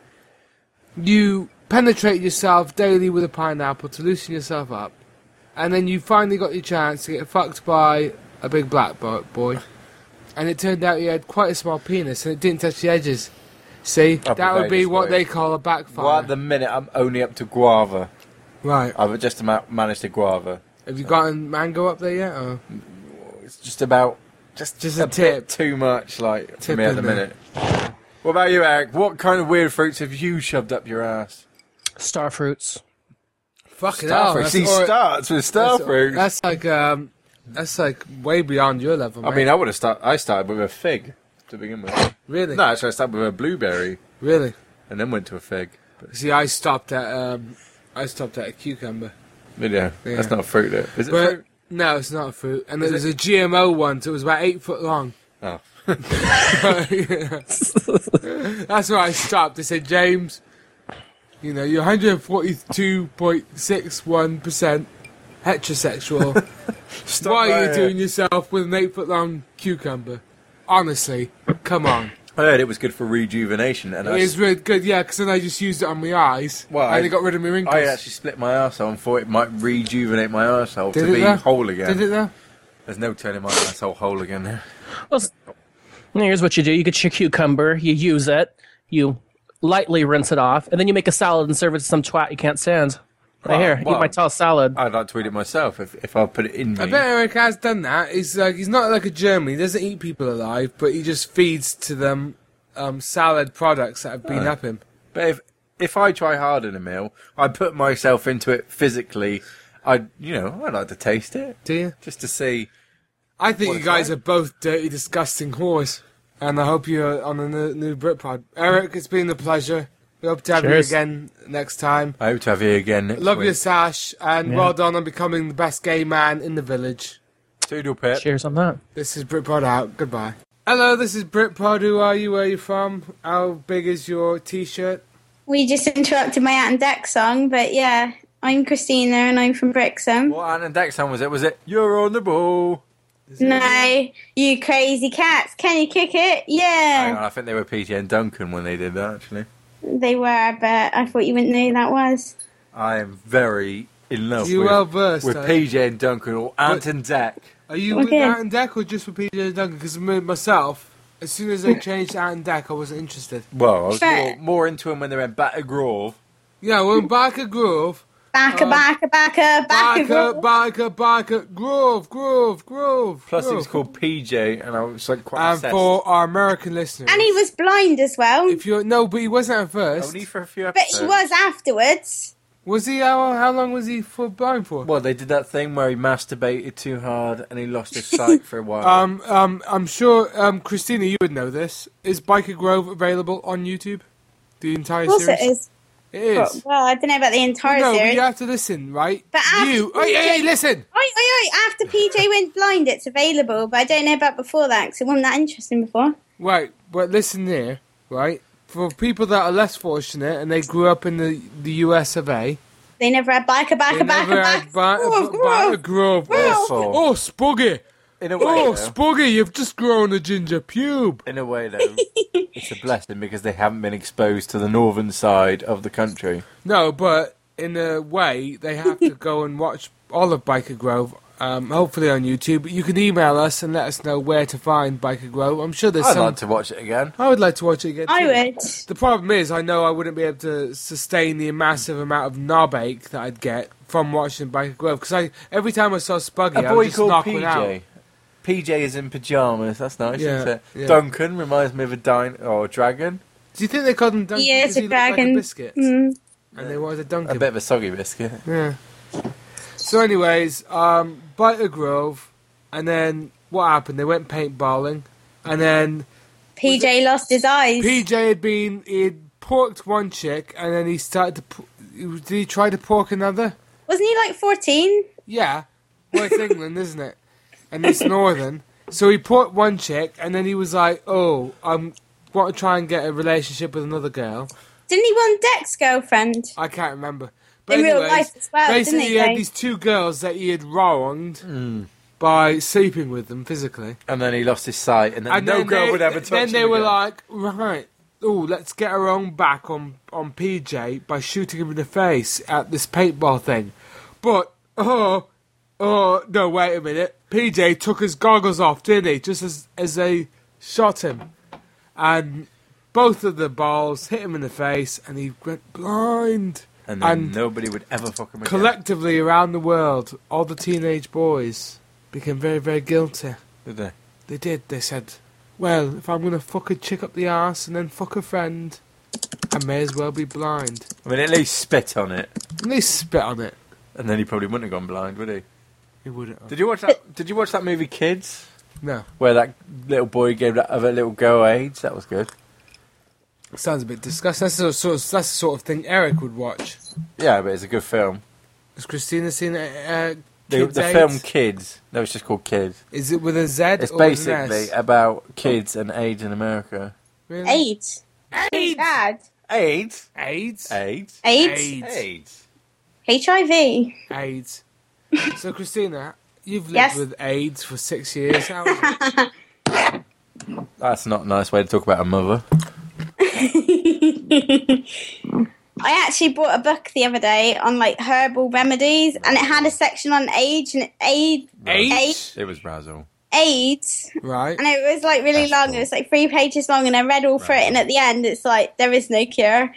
Speaker 5: you penetrate yourself daily with a pineapple to loosen yourself up, and then you finally got your chance to get fucked by a big black bo- boy, and it turned out he had quite a small penis and it didn't touch the edges. See,
Speaker 7: Upper
Speaker 5: that would be
Speaker 7: Vegas
Speaker 5: what
Speaker 7: way.
Speaker 5: they call a backfire.
Speaker 7: Well, at the minute, I'm only up to guava.
Speaker 5: right?
Speaker 7: I've just about managed to guava.
Speaker 5: Have you gotten mango up there yet? Or?
Speaker 7: It's just about just
Speaker 5: Just a
Speaker 7: a,
Speaker 5: tip.
Speaker 7: bit too much, like for
Speaker 5: Tip
Speaker 7: me at
Speaker 5: in
Speaker 7: the
Speaker 5: there.
Speaker 7: minute. What about you, Eric? What kind of weird fruits have you shoved up your ass?
Speaker 11: Star fruits.
Speaker 5: Fucking hell,
Speaker 7: Starfruits.
Speaker 5: that's
Speaker 7: He
Speaker 5: alri-
Speaker 7: starts with
Speaker 5: that's-
Speaker 7: starfruits.
Speaker 5: That's like um, that's like way beyond your level.
Speaker 7: I
Speaker 5: mate.
Speaker 7: mean, I would have start. I started with a fig to begin with.
Speaker 5: really,
Speaker 7: No, actually, I started with a blueberry
Speaker 5: really.
Speaker 7: and then went to a fig. But,
Speaker 5: See, I stopped at um, I stopped at a cucumber.
Speaker 7: you know,
Speaker 5: Yeah.
Speaker 7: that's not a fruit. though. Is it
Speaker 5: But
Speaker 7: fruit?
Speaker 5: no, it's not a fruit, and
Speaker 7: Is
Speaker 5: it was a GMO one, so it was about eight foot long.
Speaker 7: Oh,
Speaker 5: that's where I stopped. They said, James, you know, you're 142.61 percent heterosexual.
Speaker 7: Stop
Speaker 5: Why are
Speaker 7: right
Speaker 5: you
Speaker 7: here.
Speaker 5: doing yourself with an eight foot long cucumber? Honestly, come on.
Speaker 7: I heard it was good for rejuvenation, and I,
Speaker 5: It
Speaker 7: s-
Speaker 5: is really good, yeah, because then I just used it on my eyes.
Speaker 7: Well,
Speaker 5: and
Speaker 7: I-
Speaker 5: it got rid of my wrinkles.
Speaker 7: I actually split my arsehole and thought it might rejuvenate my arsehole
Speaker 5: Did
Speaker 7: to
Speaker 5: it
Speaker 7: be
Speaker 5: though?
Speaker 7: whole again.
Speaker 5: Did it though?
Speaker 7: There's no turning my arsehole whole again now.
Speaker 11: Well, s- here's what you do: you get your cucumber, you use it, you lightly rinse it off, and then you make a salad and serve it to some twat you can't stand. Right
Speaker 7: Well,
Speaker 11: here,
Speaker 7: well-
Speaker 11: eat my tall salad.
Speaker 7: I'd like to eat it myself if, if I put it in me.
Speaker 5: I bet Eric has done that. He's like he's not like a German. He doesn't eat people alive, but he just feeds to them um, salad products that have been up him.
Speaker 7: But if if I try hard in a meal, I put myself into it physically. I you know I'd like to taste it
Speaker 5: Do you?
Speaker 7: just to see.
Speaker 5: I think
Speaker 7: What
Speaker 5: you
Speaker 7: is
Speaker 5: guys
Speaker 7: that?
Speaker 5: are both dirty, disgusting whores, and I hope you're on the new, new Britpod. Eric, it's been a pleasure. We hope to have
Speaker 7: Cheers.
Speaker 5: you again next time.
Speaker 7: I hope to have you again next
Speaker 5: Love
Speaker 7: week.
Speaker 5: you, Sash, and
Speaker 7: Yeah.
Speaker 5: well done on becoming the best gay man in the village.
Speaker 7: Doodle pit.
Speaker 11: Cheers on that.
Speaker 5: This is Britpod out. Goodbye. Hello, this is Britpod. Who are you? Where are you from? How big is your t-shirt?
Speaker 12: We just interrupted my Aunt and Deck song, but yeah, I'm Christina and I'm from Brixham.
Speaker 7: What Anna Dexon was it? Was it You're on the ball?
Speaker 12: No, you crazy cats, can you kick it?
Speaker 7: Hang on,
Speaker 12: Yeah,
Speaker 7: I think they were PJ and Duncan when they did that actually.
Speaker 12: they were, but I thought you wouldn't know who that was.
Speaker 7: I am very in love
Speaker 5: You
Speaker 7: with,
Speaker 5: well versed,
Speaker 7: with
Speaker 5: eh?
Speaker 7: PJ and Duncan or Ant and Deck.
Speaker 5: Are you
Speaker 12: Okay.
Speaker 5: with Ant and Deck or just with PJ Duncan? Because myself, as soon as they changed Ant and Deck, I wasn't interested.
Speaker 7: Well, I was more,
Speaker 5: Fair.
Speaker 7: more into them when they were in Batter Grove.
Speaker 5: Yeah, we're in Barker Grove. Oh.
Speaker 12: Backer, backer, backer, backer.
Speaker 5: Barker, Barker, Barker, Grove, Grove, Grove.
Speaker 7: Plus, he
Speaker 5: Grove.
Speaker 7: was called PJ, and I was like quite
Speaker 5: And
Speaker 7: obsessed.
Speaker 5: for our American listeners,
Speaker 12: And he was blind as well,
Speaker 5: if Uh, you no, but he wasn't at first.
Speaker 7: Only for a few
Speaker 12: but he was afterwards.
Speaker 5: Was he? How, how long was he for blind for?
Speaker 7: Well, they did that thing where he masturbated too hard and he lost his sight for a while.
Speaker 5: Um, um, I'm sure, um, Christina, you would know this. Is Biker Grove available on YouTube? The entire
Speaker 12: Of course
Speaker 5: series.
Speaker 12: it is.
Speaker 5: It is.
Speaker 12: But- Well, I don't know about the entire
Speaker 5: no, but
Speaker 12: series.
Speaker 5: you have to listen, right?
Speaker 12: But after
Speaker 5: you, hey, hey, hey, listen.
Speaker 12: Oi, oi, oi, after PJ went blind, it's available, but I don't know about before that because it wasn't that interesting before.
Speaker 5: Right, but listen here, right? For people that are less fortunate and they grew up in the, the US of A,
Speaker 12: They never had biker,
Speaker 5: they
Speaker 12: backer,
Speaker 5: never
Speaker 12: backer, backer.
Speaker 5: had Bar- Bar- Barker Grove. Oh,
Speaker 7: Awful.
Speaker 5: oh, Spuggy.
Speaker 7: In a way,
Speaker 5: Oh,
Speaker 7: though.
Speaker 5: Spuggy, you've just grown a ginger pube.
Speaker 7: In a way, though, it's a blessing because they haven't been exposed to the northern side of the country.
Speaker 5: No, but in a way, they have to go and watch all of Biker Grove. Um, hopefully on YouTube. You can email us and let us know where to find Biker Grove. I'm sure there's
Speaker 7: I'd
Speaker 5: some.
Speaker 7: like to watch it again.
Speaker 5: I would like to watch it again.
Speaker 12: I
Speaker 5: too.
Speaker 12: would.
Speaker 5: The problem is, I know I wouldn't be able to sustain the massive amount of knob ache that I'd get from watching Biker Grove because I every time I saw Spuggy,
Speaker 7: A
Speaker 5: I would
Speaker 7: boy
Speaker 5: just
Speaker 7: called
Speaker 5: knock one
Speaker 7: PJ.
Speaker 5: out.
Speaker 7: PJ is in pajamas. That's nice,
Speaker 5: Yeah,
Speaker 7: isn't it?
Speaker 5: yeah.
Speaker 7: Duncan reminds me of a dine or a dragon.
Speaker 5: Do you think they called him Duncan?
Speaker 12: Yeah,
Speaker 5: because
Speaker 12: it's a
Speaker 5: he looked like
Speaker 12: dragon.
Speaker 5: biscuit?
Speaker 12: Mm.
Speaker 5: And they wanted a Duncan.
Speaker 7: A bit of a soggy biscuit.
Speaker 5: Yeah. So, anyways, um, Biker Grove, and then what happened? They went paintballing, and then
Speaker 12: PJ lost his eyes.
Speaker 5: PJ had been he'd porked one chick, and then he started to. p- he was- Did he try to pork another?
Speaker 12: Wasn't he like 14?
Speaker 5: Yeah, well, it's England, isn't it? And it's northern. So he porked one chick, and then he was like, "Oh, I'm want to try and get a relationship with another girl."
Speaker 12: Didn't he want Deck's girlfriend?
Speaker 5: I can't remember.
Speaker 12: In real life as well, didn't
Speaker 5: basically,
Speaker 12: he,
Speaker 5: he had
Speaker 12: Jay?
Speaker 5: these two girls that he had wronged by sleeping with them physically.
Speaker 7: And then he lost his sight, and then
Speaker 5: And
Speaker 7: no
Speaker 5: then
Speaker 7: girl
Speaker 5: they,
Speaker 7: would ever touch
Speaker 5: Then
Speaker 7: him
Speaker 5: they were
Speaker 7: again.
Speaker 5: like, right, oh, let's get our own back on, on PJ by shooting him in the face at this paintball thing. But, oh, oh, no, wait a minute. PJ took his goggles off, didn't he? Just as, as they shot him. And both of the balls hit him in the face, and he went blind.
Speaker 7: and then nobody would ever fuck him again.
Speaker 5: Collectively around the world, all the teenage boys became very, very guilty.
Speaker 7: Did they?
Speaker 5: They did. They said, "Well, if I'm gonna fuck a chick up the ass and then fuck a friend, I may as well be blind."
Speaker 7: I mean, at least spit on it.
Speaker 5: At least spit on it.
Speaker 7: And then he probably wouldn't have gone blind, would he?
Speaker 5: He wouldn't. Have.
Speaker 7: Did you watch that? Did you watch that movie Kids?
Speaker 5: No.
Speaker 7: Where that little boy gave that other little girl AIDS. That was good.
Speaker 5: Sounds a bit disgusting. That's the sort of, that's the sort of thing Eric would watch.
Speaker 7: Yeah, but it's a good film.
Speaker 5: Has Christina seen uh, uh,
Speaker 7: The,
Speaker 5: Kids
Speaker 7: the
Speaker 5: Aid?
Speaker 7: film Kids. No, it's just called Kids.
Speaker 5: Is it with a Z?
Speaker 7: It's
Speaker 5: or with an
Speaker 7: basically uh,
Speaker 5: S?
Speaker 7: about kids and AIDS in America.
Speaker 5: Really?
Speaker 12: AIDS. AIDS. Dad.
Speaker 7: AIDS.
Speaker 5: AIDS.
Speaker 7: AIDS.
Speaker 12: AIDS.
Speaker 7: AIDS.
Speaker 12: HIV.
Speaker 5: AIDS. So Christina, you've lived
Speaker 12: Yes.
Speaker 5: with AIDS for six years. How is it?
Speaker 7: That's not a nice way to talk about a mother.
Speaker 12: I actually bought a book the other day on like herbal remedies, and it had a section on age and aid,
Speaker 7: AIDS. It was Brazil.
Speaker 12: AIDS.
Speaker 5: Right.
Speaker 12: And it was like really long. It was like three pages long, and I read all through it. And at the end, it's like there is no cure.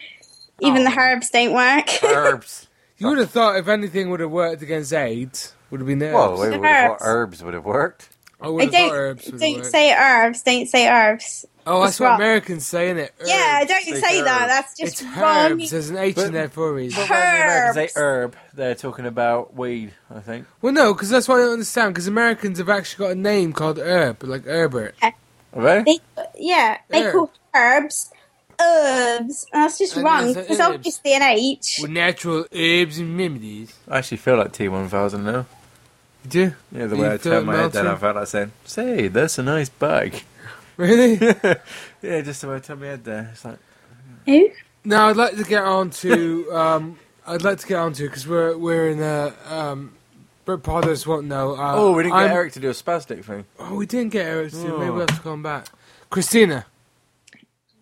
Speaker 12: Even
Speaker 5: Oh.
Speaker 12: the herbs don't work.
Speaker 7: Herbs.
Speaker 5: You would have thought if anything would have worked against AIDS, would have been herbs.
Speaker 7: Well, we would have thought
Speaker 12: Herbs.
Speaker 7: herbs would have worked.
Speaker 5: I
Speaker 12: I
Speaker 5: would have
Speaker 12: don't,
Speaker 5: thought herbs would have
Speaker 12: don't
Speaker 5: worked.
Speaker 12: say herbs. Don't say herbs.
Speaker 5: oh, that's
Speaker 12: It's
Speaker 5: what
Speaker 12: wrong.
Speaker 5: Americans say, is it?
Speaker 12: Yeah, don't say, that. That's just
Speaker 5: It's
Speaker 12: wrong.
Speaker 5: herbs. There's an H in there for a reason.
Speaker 7: But when the Americans say herb, they're talking about weed, I think.
Speaker 5: Well, no, because that's what I don't understand. Because Americans have actually got a name called herb, like Herbert.
Speaker 7: Have they?
Speaker 12: Yeah, they
Speaker 5: Herb.
Speaker 12: call herbs herbs. And that's just
Speaker 5: And
Speaker 12: wrong
Speaker 5: there's
Speaker 12: because
Speaker 5: herbs.
Speaker 12: obviously an H.
Speaker 5: With natural herbs and remedies.
Speaker 7: I actually feel like T1000 now.
Speaker 5: You do?
Speaker 7: Yeah, the
Speaker 5: You
Speaker 7: way I
Speaker 5: feel
Speaker 7: turned my
Speaker 5: it
Speaker 7: head down, I
Speaker 5: melting?
Speaker 7: felt like saying, "Say, that's a nice bag."
Speaker 5: Really?
Speaker 7: yeah, just the way I turned my head there. It's like,
Speaker 5: Now I'd like to get on to. Um, I'd like to get on to because we're we're in a. Um, Brit Podders won't know. Uh,
Speaker 7: oh, we didn't get
Speaker 5: I'm-
Speaker 7: Eric to do a spastic thing.
Speaker 5: Oh, we didn't get Eric. To, do- Maybe
Speaker 7: Oh.
Speaker 5: we'll have to come back. Christina,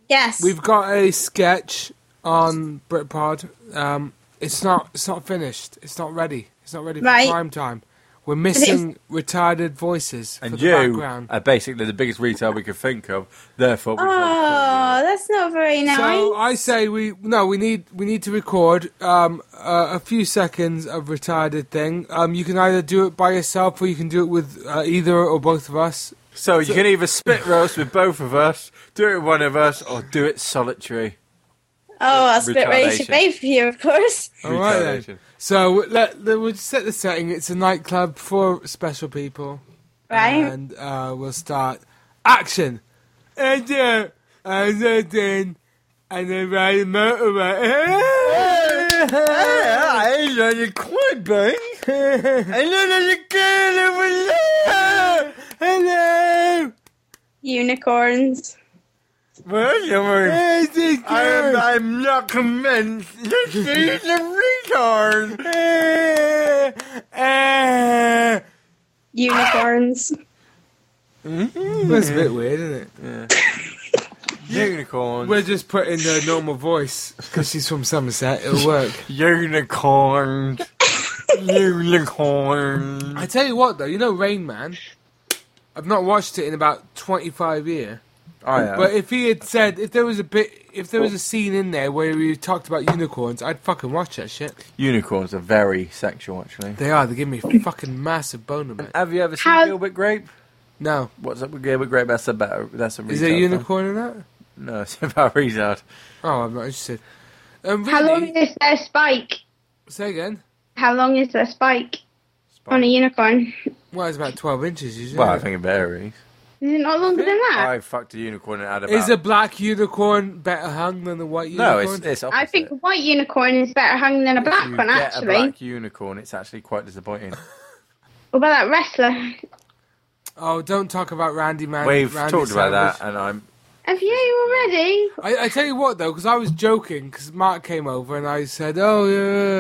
Speaker 12: Yes.
Speaker 5: we've got a sketch on Brit Pod. Um, it's not. It's not finished. It's not ready. It's not ready for
Speaker 12: Right.
Speaker 5: prime time. We're
Speaker 12: But it's-
Speaker 5: missing retarded voices for
Speaker 7: And
Speaker 5: the
Speaker 7: you
Speaker 5: background.
Speaker 7: are basically the biggest retard we could think of. Therefore, we
Speaker 12: Oh, that's not very nice.
Speaker 5: So I say we no, we need we need to record um, uh, a few seconds of retarded thing. Um, you can either do it by yourself or you can do it with uh, either or both of us.
Speaker 7: so you can either spit roast with both of us, do it with one of us, or do it solitary.
Speaker 12: oh, I'll spit ready to
Speaker 7: retardation.
Speaker 12: bathe for you, of course.
Speaker 5: All right
Speaker 7: Retardation.
Speaker 5: then. So let, let we'll set the setting. It's a nightclub for special people,
Speaker 12: Right.
Speaker 5: and uh, we'll start action. And uh, and uh, then and then ride a motorbike. Hello.
Speaker 12: Unicorns.
Speaker 7: Well, you were- I am, I'm not convinced. This is a
Speaker 5: Eh,
Speaker 7: retard.
Speaker 12: Unicorns.
Speaker 5: Hmm? That's a bit weird, isn't it?
Speaker 7: Unicorn.
Speaker 5: We're just putting the normal voice because she's from Somerset. It'll work.
Speaker 7: Unicorn. Unicorn.
Speaker 5: I tell you what, though, you know Rain Man. I've not watched it in about twenty-five year.
Speaker 7: Oh, yeah.
Speaker 5: But if he had said, if there was a bit, if there was a scene in there where we talked about unicorns, I'd fucking watch that shit.
Speaker 7: Unicorns are very sexual, actually.
Speaker 5: They are. They give me a fucking massive boner. Man.
Speaker 7: Have you ever seen Gilbert Grape?
Speaker 5: No.
Speaker 7: What's up with Gilbert Grape? That's about. That's a retard.
Speaker 5: Is there a
Speaker 7: thing.
Speaker 5: unicorn in that?
Speaker 7: No, it's about retard.
Speaker 5: Oh, I'm not interested. Um,
Speaker 12: How long is their spike?
Speaker 5: Say again.
Speaker 12: How long is their spike, on a unicorn?
Speaker 5: Well, it's about twelve inches usually.
Speaker 7: Well, I think it varies.
Speaker 12: Is it not longer than that?
Speaker 7: I fucked a unicorn and had about.
Speaker 5: Is Ah. a black unicorn better hung than a white
Speaker 7: No,
Speaker 5: unicorn?
Speaker 7: it's- it's
Speaker 12: I think a white unicorn is better hung than a black
Speaker 7: you
Speaker 12: one,
Speaker 7: get a
Speaker 12: actually.
Speaker 7: black unicorn, it's actually quite disappointing.
Speaker 12: What about that wrestler?
Speaker 5: Oh, don't talk about Randy Man.
Speaker 7: We've
Speaker 5: Randy
Speaker 7: talked about
Speaker 5: Savage.
Speaker 7: that, and I'm.
Speaker 12: Have you already?
Speaker 5: I, I tell you what though, because I was joking, because Mark came over and I said, "Oh,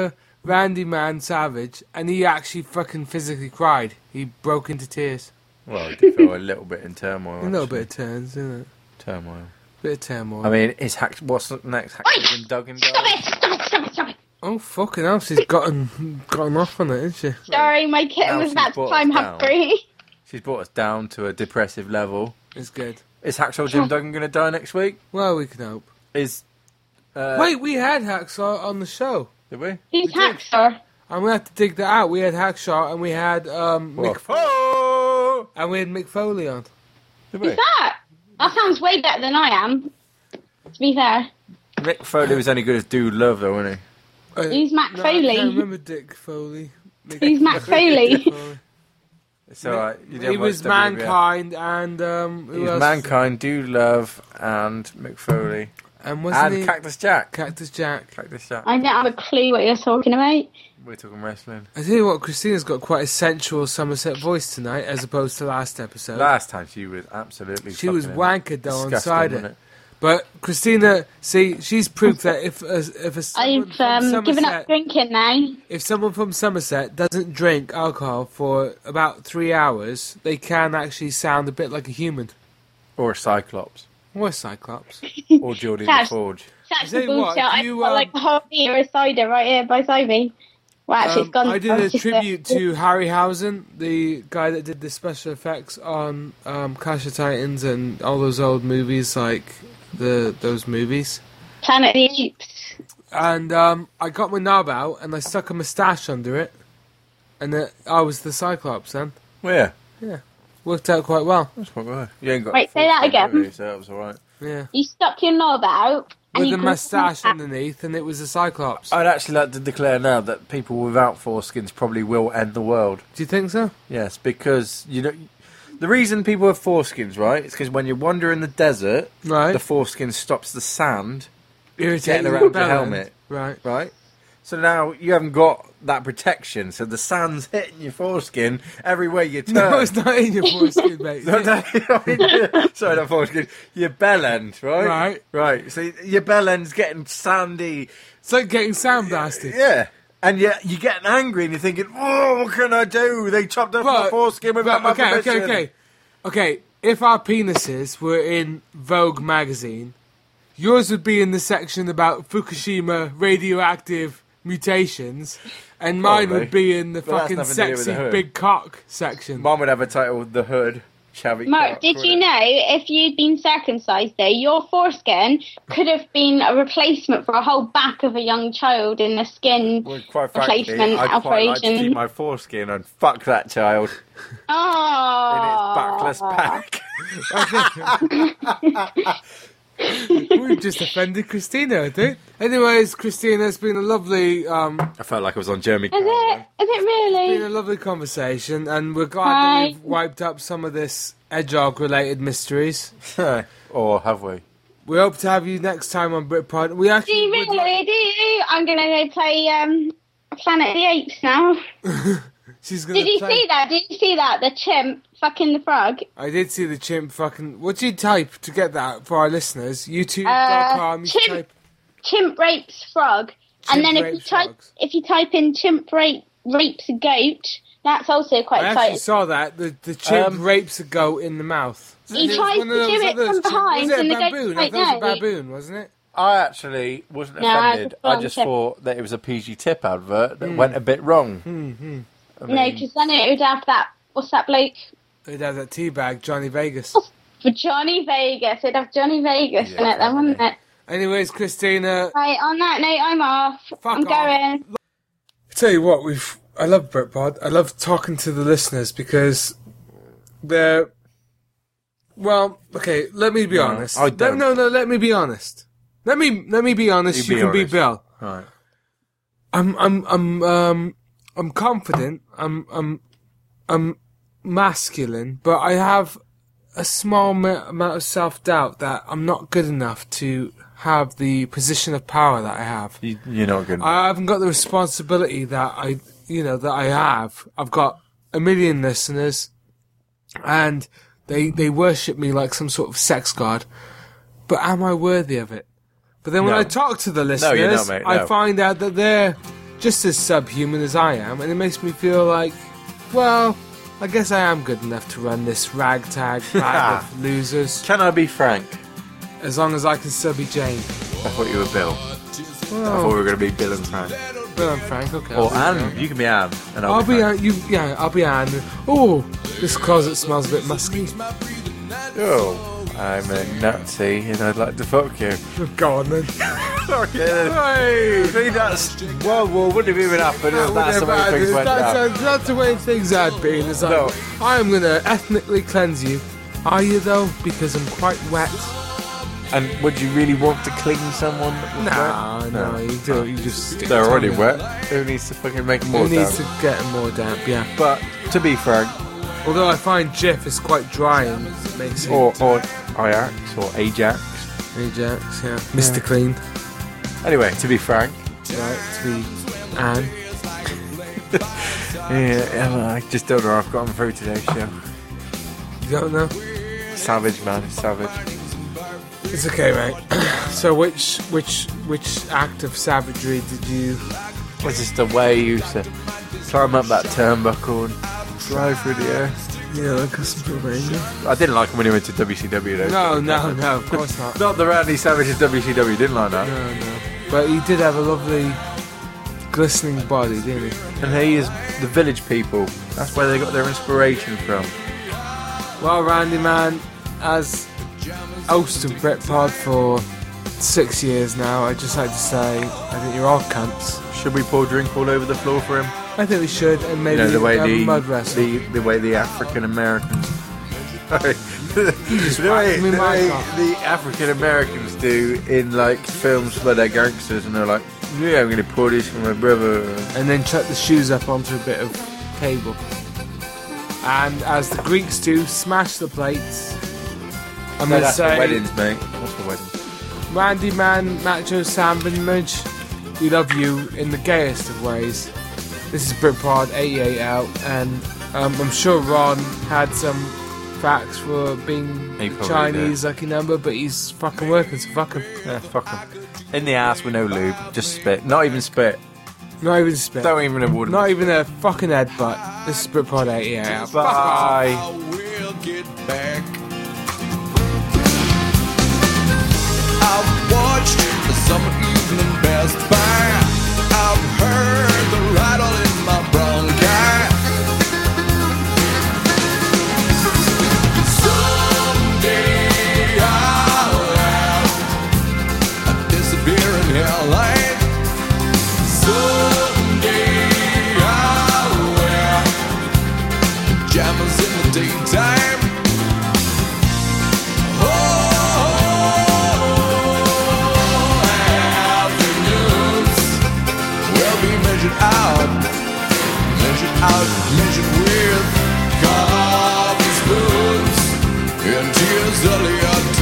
Speaker 5: uh, Randy Man Savage," and he actually fucking physically cried. He broke into tears.
Speaker 7: Well, I do feel a little bit in turmoil.
Speaker 5: A little
Speaker 7: actually.
Speaker 5: bit of turns, isn't it?
Speaker 7: Turmoil.
Speaker 5: Bit of turmoil.
Speaker 7: I mean, it's hacked. What's the next? Hacked and Doug and Doug.
Speaker 5: oh fucking hell, she's gotten gotten off on it, isn't she?
Speaker 12: Sorry, my
Speaker 7: Now
Speaker 12: kitten was
Speaker 7: she's
Speaker 12: about to
Speaker 7: brought
Speaker 12: climb
Speaker 7: us down.
Speaker 12: up free.
Speaker 7: She's brought us down to a depressive level.
Speaker 5: It's good.
Speaker 7: Is Hacksaw
Speaker 5: Oh.
Speaker 7: Jim Duggan going to die next week?
Speaker 5: Well, we can hope.
Speaker 7: Is. Uh,
Speaker 5: Wait, we had Hacksaw on the show.
Speaker 7: Did we?
Speaker 12: He's Hacksaw.
Speaker 5: I'm gonna have to dig that out. We had Hacksaw and we had um
Speaker 7: What?
Speaker 5: Mick
Speaker 7: oh!
Speaker 5: Foley. And we had Mick Foley on.
Speaker 12: Is that? That sounds way better than I am. To be fair,
Speaker 7: Mick Foley was only good as Dude Love, though, wasn't
Speaker 5: Uh,
Speaker 12: Who's Mac
Speaker 5: no, I
Speaker 12: Foley?
Speaker 5: can't remember Dick Foley. Mick
Speaker 12: Who's Mac Foley?
Speaker 7: he? So uh, you didn't
Speaker 5: he
Speaker 7: watch
Speaker 5: was
Speaker 7: WWF.
Speaker 5: mankind and um,
Speaker 7: He
Speaker 5: who
Speaker 7: was
Speaker 5: else?
Speaker 7: Mankind, Dude Love, and Mick Foley.
Speaker 5: And wasn't
Speaker 7: and
Speaker 5: he-
Speaker 7: Cactus Jack.
Speaker 5: Cactus Jack.
Speaker 7: Cactus Jack.
Speaker 12: I don't have a clue what you're talking about.
Speaker 7: We're talking wrestling.
Speaker 5: I tell you what, Christina's got quite a sensual Somerset voice tonight, as opposed to last episode.
Speaker 7: Last time she was absolutely.
Speaker 5: she was
Speaker 7: fucking
Speaker 5: wankered though on
Speaker 7: disgusting, wasn't
Speaker 5: cider. But Christina, see, she's proved that if a, if a, someone
Speaker 12: I've
Speaker 5: from
Speaker 12: um, given
Speaker 5: Somerset,
Speaker 12: up drinking now.
Speaker 5: if someone from Somerset doesn't drink alcohol for about three hours, they can actually sound a bit like a human
Speaker 7: Or a Cyclops.
Speaker 5: or a cyclops.
Speaker 7: Or Geordie
Speaker 12: Yes.
Speaker 7: Forge.
Speaker 12: That's
Speaker 5: tell
Speaker 12: the
Speaker 5: you
Speaker 12: bullshit.
Speaker 5: what,
Speaker 12: I've
Speaker 5: you,
Speaker 12: got
Speaker 5: um,
Speaker 12: like a half litre of cider right here by Sivey. Well, actually, it's
Speaker 5: Um,
Speaker 12: gone.
Speaker 5: I did
Speaker 12: now,
Speaker 5: a
Speaker 12: it's just
Speaker 5: tribute to Harryhausen, the guy that did the special effects on um, Clash of Titans and all those old movies, like the those movies.
Speaker 12: Planet of the Apes.
Speaker 5: And um, I got my knob out and I stuck a moustache under it, and it, I was the Cyclops then.
Speaker 7: Where?
Speaker 5: Yeah, worked out quite well.
Speaker 7: That's quite good. You ain't got.
Speaker 12: Wait,
Speaker 7: a
Speaker 12: say that
Speaker 7: full
Speaker 12: again.
Speaker 7: memory, So that was alright.
Speaker 5: Yeah,
Speaker 12: You stuck your knob out. and
Speaker 5: with
Speaker 12: you
Speaker 5: a
Speaker 12: grew-
Speaker 5: moustache underneath, and it was a Cyclops.
Speaker 7: I'd actually like to declare now that people without foreskins probably will end the world.
Speaker 5: Do you think so?
Speaker 7: Yes, because you know The reason people have foreskins, right, is because when you wander in the desert,
Speaker 5: Right.
Speaker 7: the foreskin stops the sand
Speaker 5: Irritating
Speaker 7: getting around your
Speaker 5: bell end.
Speaker 7: helmet.
Speaker 5: Right.
Speaker 7: Right? So now you haven't got that protection, so the sand's hitting your foreskin everywhere you turn.
Speaker 5: No, it's not in your foreskin, mate.
Speaker 7: No, no, sorry, not foreskin. Your bell end, right?
Speaker 5: Right.
Speaker 7: Right. So your bell end's getting sandy. It's
Speaker 5: like getting sand blasted.
Speaker 7: Yeah. And you're, you're getting angry and you're thinking, oh, what can I do? They chopped off my foreskin without
Speaker 5: But,
Speaker 7: my
Speaker 5: okay, okay,
Speaker 7: permission."
Speaker 5: okay. Okay, if our penises were in Vogue magazine, yours would be in the section about Fukushima radioactive mutations, and mine
Speaker 7: Probably.
Speaker 5: would be in the
Speaker 7: But that's
Speaker 5: fucking
Speaker 7: nothing to do with
Speaker 5: sexy
Speaker 7: the hood.
Speaker 5: big cock section.
Speaker 7: Mine would have a title, The Hood. Chavy
Speaker 13: Mark, did you know if you'd been circumcised there, your foreskin could have been a replacement for a whole back of a young child in a skin
Speaker 7: Quite frankly,
Speaker 13: replacement
Speaker 7: I'd quite like to
Speaker 13: operation?
Speaker 7: keep my foreskin and fuck that child.
Speaker 13: oh,
Speaker 7: Backless pack.
Speaker 5: We've just offended Christina, I think. Anyways, Christina, it's been a lovely um,
Speaker 7: I felt like I was on Jeremy.
Speaker 13: Is it? Is it really?
Speaker 5: been a lovely conversation, and we're glad
Speaker 13: Hi.
Speaker 5: that we've wiped up some of this Edgehog related mysteries.
Speaker 7: or have we?
Speaker 5: We hope to have you next time on Britpod. We
Speaker 13: Do
Speaker 5: actually
Speaker 13: you really? Do you? I'm going to go play um, Planet of the Apes now.
Speaker 5: she's gonna
Speaker 13: Did you
Speaker 5: play-
Speaker 13: see that? Did you see that? The chimp fucking the frog.
Speaker 5: I did see the chimp fucking. What do you type to get that for our listeners?
Speaker 13: Uh,
Speaker 5: YouTube.com. you
Speaker 13: chimp,
Speaker 5: type.
Speaker 13: chimp rapes frog. and
Speaker 5: Chimp
Speaker 13: then if you
Speaker 5: rapes
Speaker 13: type if you type in chimp rape rapes goat, that's also quite
Speaker 5: I actually
Speaker 13: exciting.
Speaker 5: saw that the the chimp
Speaker 13: Um,
Speaker 5: rapes a goat in the mouth.
Speaker 13: He
Speaker 5: It was
Speaker 13: tries
Speaker 5: one of
Speaker 13: to
Speaker 5: those
Speaker 13: do it
Speaker 5: other
Speaker 13: from
Speaker 5: chimp-
Speaker 13: behind,
Speaker 5: Was it
Speaker 13: and
Speaker 5: a
Speaker 13: the goat's
Speaker 5: baboon? I
Speaker 13: like,
Speaker 5: thought it was a
Speaker 13: "No."
Speaker 5: baboon, wasn't it?
Speaker 7: I actually wasn't
Speaker 13: No, I
Speaker 7: offended.
Speaker 13: was
Speaker 7: I just
Speaker 13: wrong.
Speaker 7: thought that it was a PG tip advert that
Speaker 5: Hmm.
Speaker 7: went a bit wrong. I
Speaker 13: no,
Speaker 7: mean-
Speaker 13: because then it would have that. What's that bloke?
Speaker 5: It had that teabag, Johnny Vegas.
Speaker 13: For Johnny Vegas. It'd have Johnny Vegas in it then, wouldn't it?
Speaker 5: Anyways, Christina,
Speaker 13: Right, on that note, I'm off. I'm going.
Speaker 5: tell you what, we've I love Britpod. I love talking to the listeners because they're well, okay, let me be
Speaker 7: No,
Speaker 5: honest.
Speaker 7: I don't.
Speaker 5: No, no, no, let me be honest. Let me let me be honest,
Speaker 7: You
Speaker 5: you,
Speaker 7: be
Speaker 5: can be
Speaker 7: honest.
Speaker 5: Bill.
Speaker 7: Right.
Speaker 5: I'm I'm I'm um I'm confident. I'm I'm I'm masculine, but I have a small ma- amount of self doubt that I'm not good enough to have the position of power that I have.
Speaker 7: You're not good.
Speaker 5: I haven't got the responsibility that I, you know, that I have. I've got a million listeners, and they they worship me like some sort of sex god. But am I worthy of it? But then when
Speaker 7: No.
Speaker 5: I talk to the
Speaker 7: No,
Speaker 5: listeners,
Speaker 7: you're not, mate,
Speaker 5: I
Speaker 7: no.
Speaker 5: find out that they're just as subhuman as I am, and it makes me feel like, well, I guess I am good enough to run this ragtag band of losers.
Speaker 7: Can I be frank?
Speaker 5: As long as I can still be Jane.
Speaker 7: I thought you were Bill. I
Speaker 5: Well,
Speaker 7: thought we were going to be Bill and Frank.
Speaker 5: Bill and Frank, okay. I'll
Speaker 7: Or
Speaker 5: be Frank.
Speaker 7: Anne. You can be Anne. And I'll,
Speaker 5: I'll
Speaker 7: be
Speaker 5: be on you. Yeah, I'll be on. Oh, this closet smells a bit musky.
Speaker 7: Frank. Oh, I'm a Nazi and I'd like to fuck you.
Speaker 5: Go on then.
Speaker 7: Hey, see, that's well, well, wouldn't have even happened if that's the way things went
Speaker 5: that's,
Speaker 7: down.
Speaker 5: that's, the way things had been. It's like, I'm gonna ethnically cleanse you. Are you though? Because I'm quite wet.
Speaker 7: And would you really want to cling someone? that was
Speaker 5: Nah,
Speaker 7: wet?
Speaker 5: no, you do. You just stick
Speaker 7: They're
Speaker 5: your
Speaker 7: already
Speaker 5: tongue
Speaker 7: wet.
Speaker 5: in.
Speaker 7: Who needs to fucking make more
Speaker 5: Who needs
Speaker 7: damp?
Speaker 5: to get more damp? Yeah.
Speaker 7: But to be frank,
Speaker 5: Although I find Jeff is quite dry and makes it.
Speaker 7: or or Ajax or Ajax,
Speaker 5: Ajax, yeah, Mr. Clean.
Speaker 7: Anyway, to be frank,
Speaker 5: right to be Anne.
Speaker 7: yeah, well, I just don't know. I've gotten through today's show.
Speaker 5: You don't know.
Speaker 7: Savage man, savage.
Speaker 5: It's okay, mate. so, which which which act of savagery did you?
Speaker 7: It's just the way you used to climb up that turnbuckle and fly through the air.
Speaker 5: Yeah, like a Pennsylvania.
Speaker 7: I didn't like him when he went to WCW though.
Speaker 5: No, no, no. Of course not.
Speaker 7: Not the Randy Savage's WCW, didn't like that.
Speaker 5: No, no. But he did have a lovely, glistening body, didn't he?
Speaker 7: And he is the village people. That's where they got their inspiration from.
Speaker 5: Well, Randy, man, as host of Brett Pod for six years now, I just like to say I think you're all cunts.
Speaker 7: Should we pour drink all over the floor for him?
Speaker 5: I think we should, and maybe
Speaker 7: you know, the way
Speaker 5: have a
Speaker 7: the,
Speaker 5: mud wrestle.
Speaker 7: the the way the African Americans. the way,
Speaker 5: whacked
Speaker 7: the,
Speaker 5: me mic
Speaker 7: way
Speaker 5: off.
Speaker 7: the African Americans do in like films where they're gangsters and they're like, yeah, I'm gonna pour this for my brother.
Speaker 5: and then chuck the shoes up onto a bit of cable. And as the Greeks do, smash the plates. I'm
Speaker 7: No,
Speaker 5: going to
Speaker 7: that's
Speaker 5: say
Speaker 7: for weddings, mate. That's for weddings.
Speaker 5: Randy Man, Macho Sam, and Mudge, we love you in the gayest of ways. This is Britpod 88 out, and um, I'm sure Ron had some facts for being
Speaker 7: He probably
Speaker 5: Chinese lucky number, but he's fucking working, so fuck him.
Speaker 7: Yeah, fuck him. In the ass with no lube, just spit. Not even spit.
Speaker 5: Not even spit.
Speaker 7: Don't even award him.
Speaker 5: Not even a fucking headbutt. This is Britpod 88 out.
Speaker 7: Bye.
Speaker 6: We'll get back.
Speaker 14: I've watched the summer evening pass by. I've heard the rattle in my bronchi. Someday I'll have a disappearing hairline. Someday I'll wear pajamas in the daytime. Oh, afternoons will be measured out, measured out, measured with coffee spoons and tears early on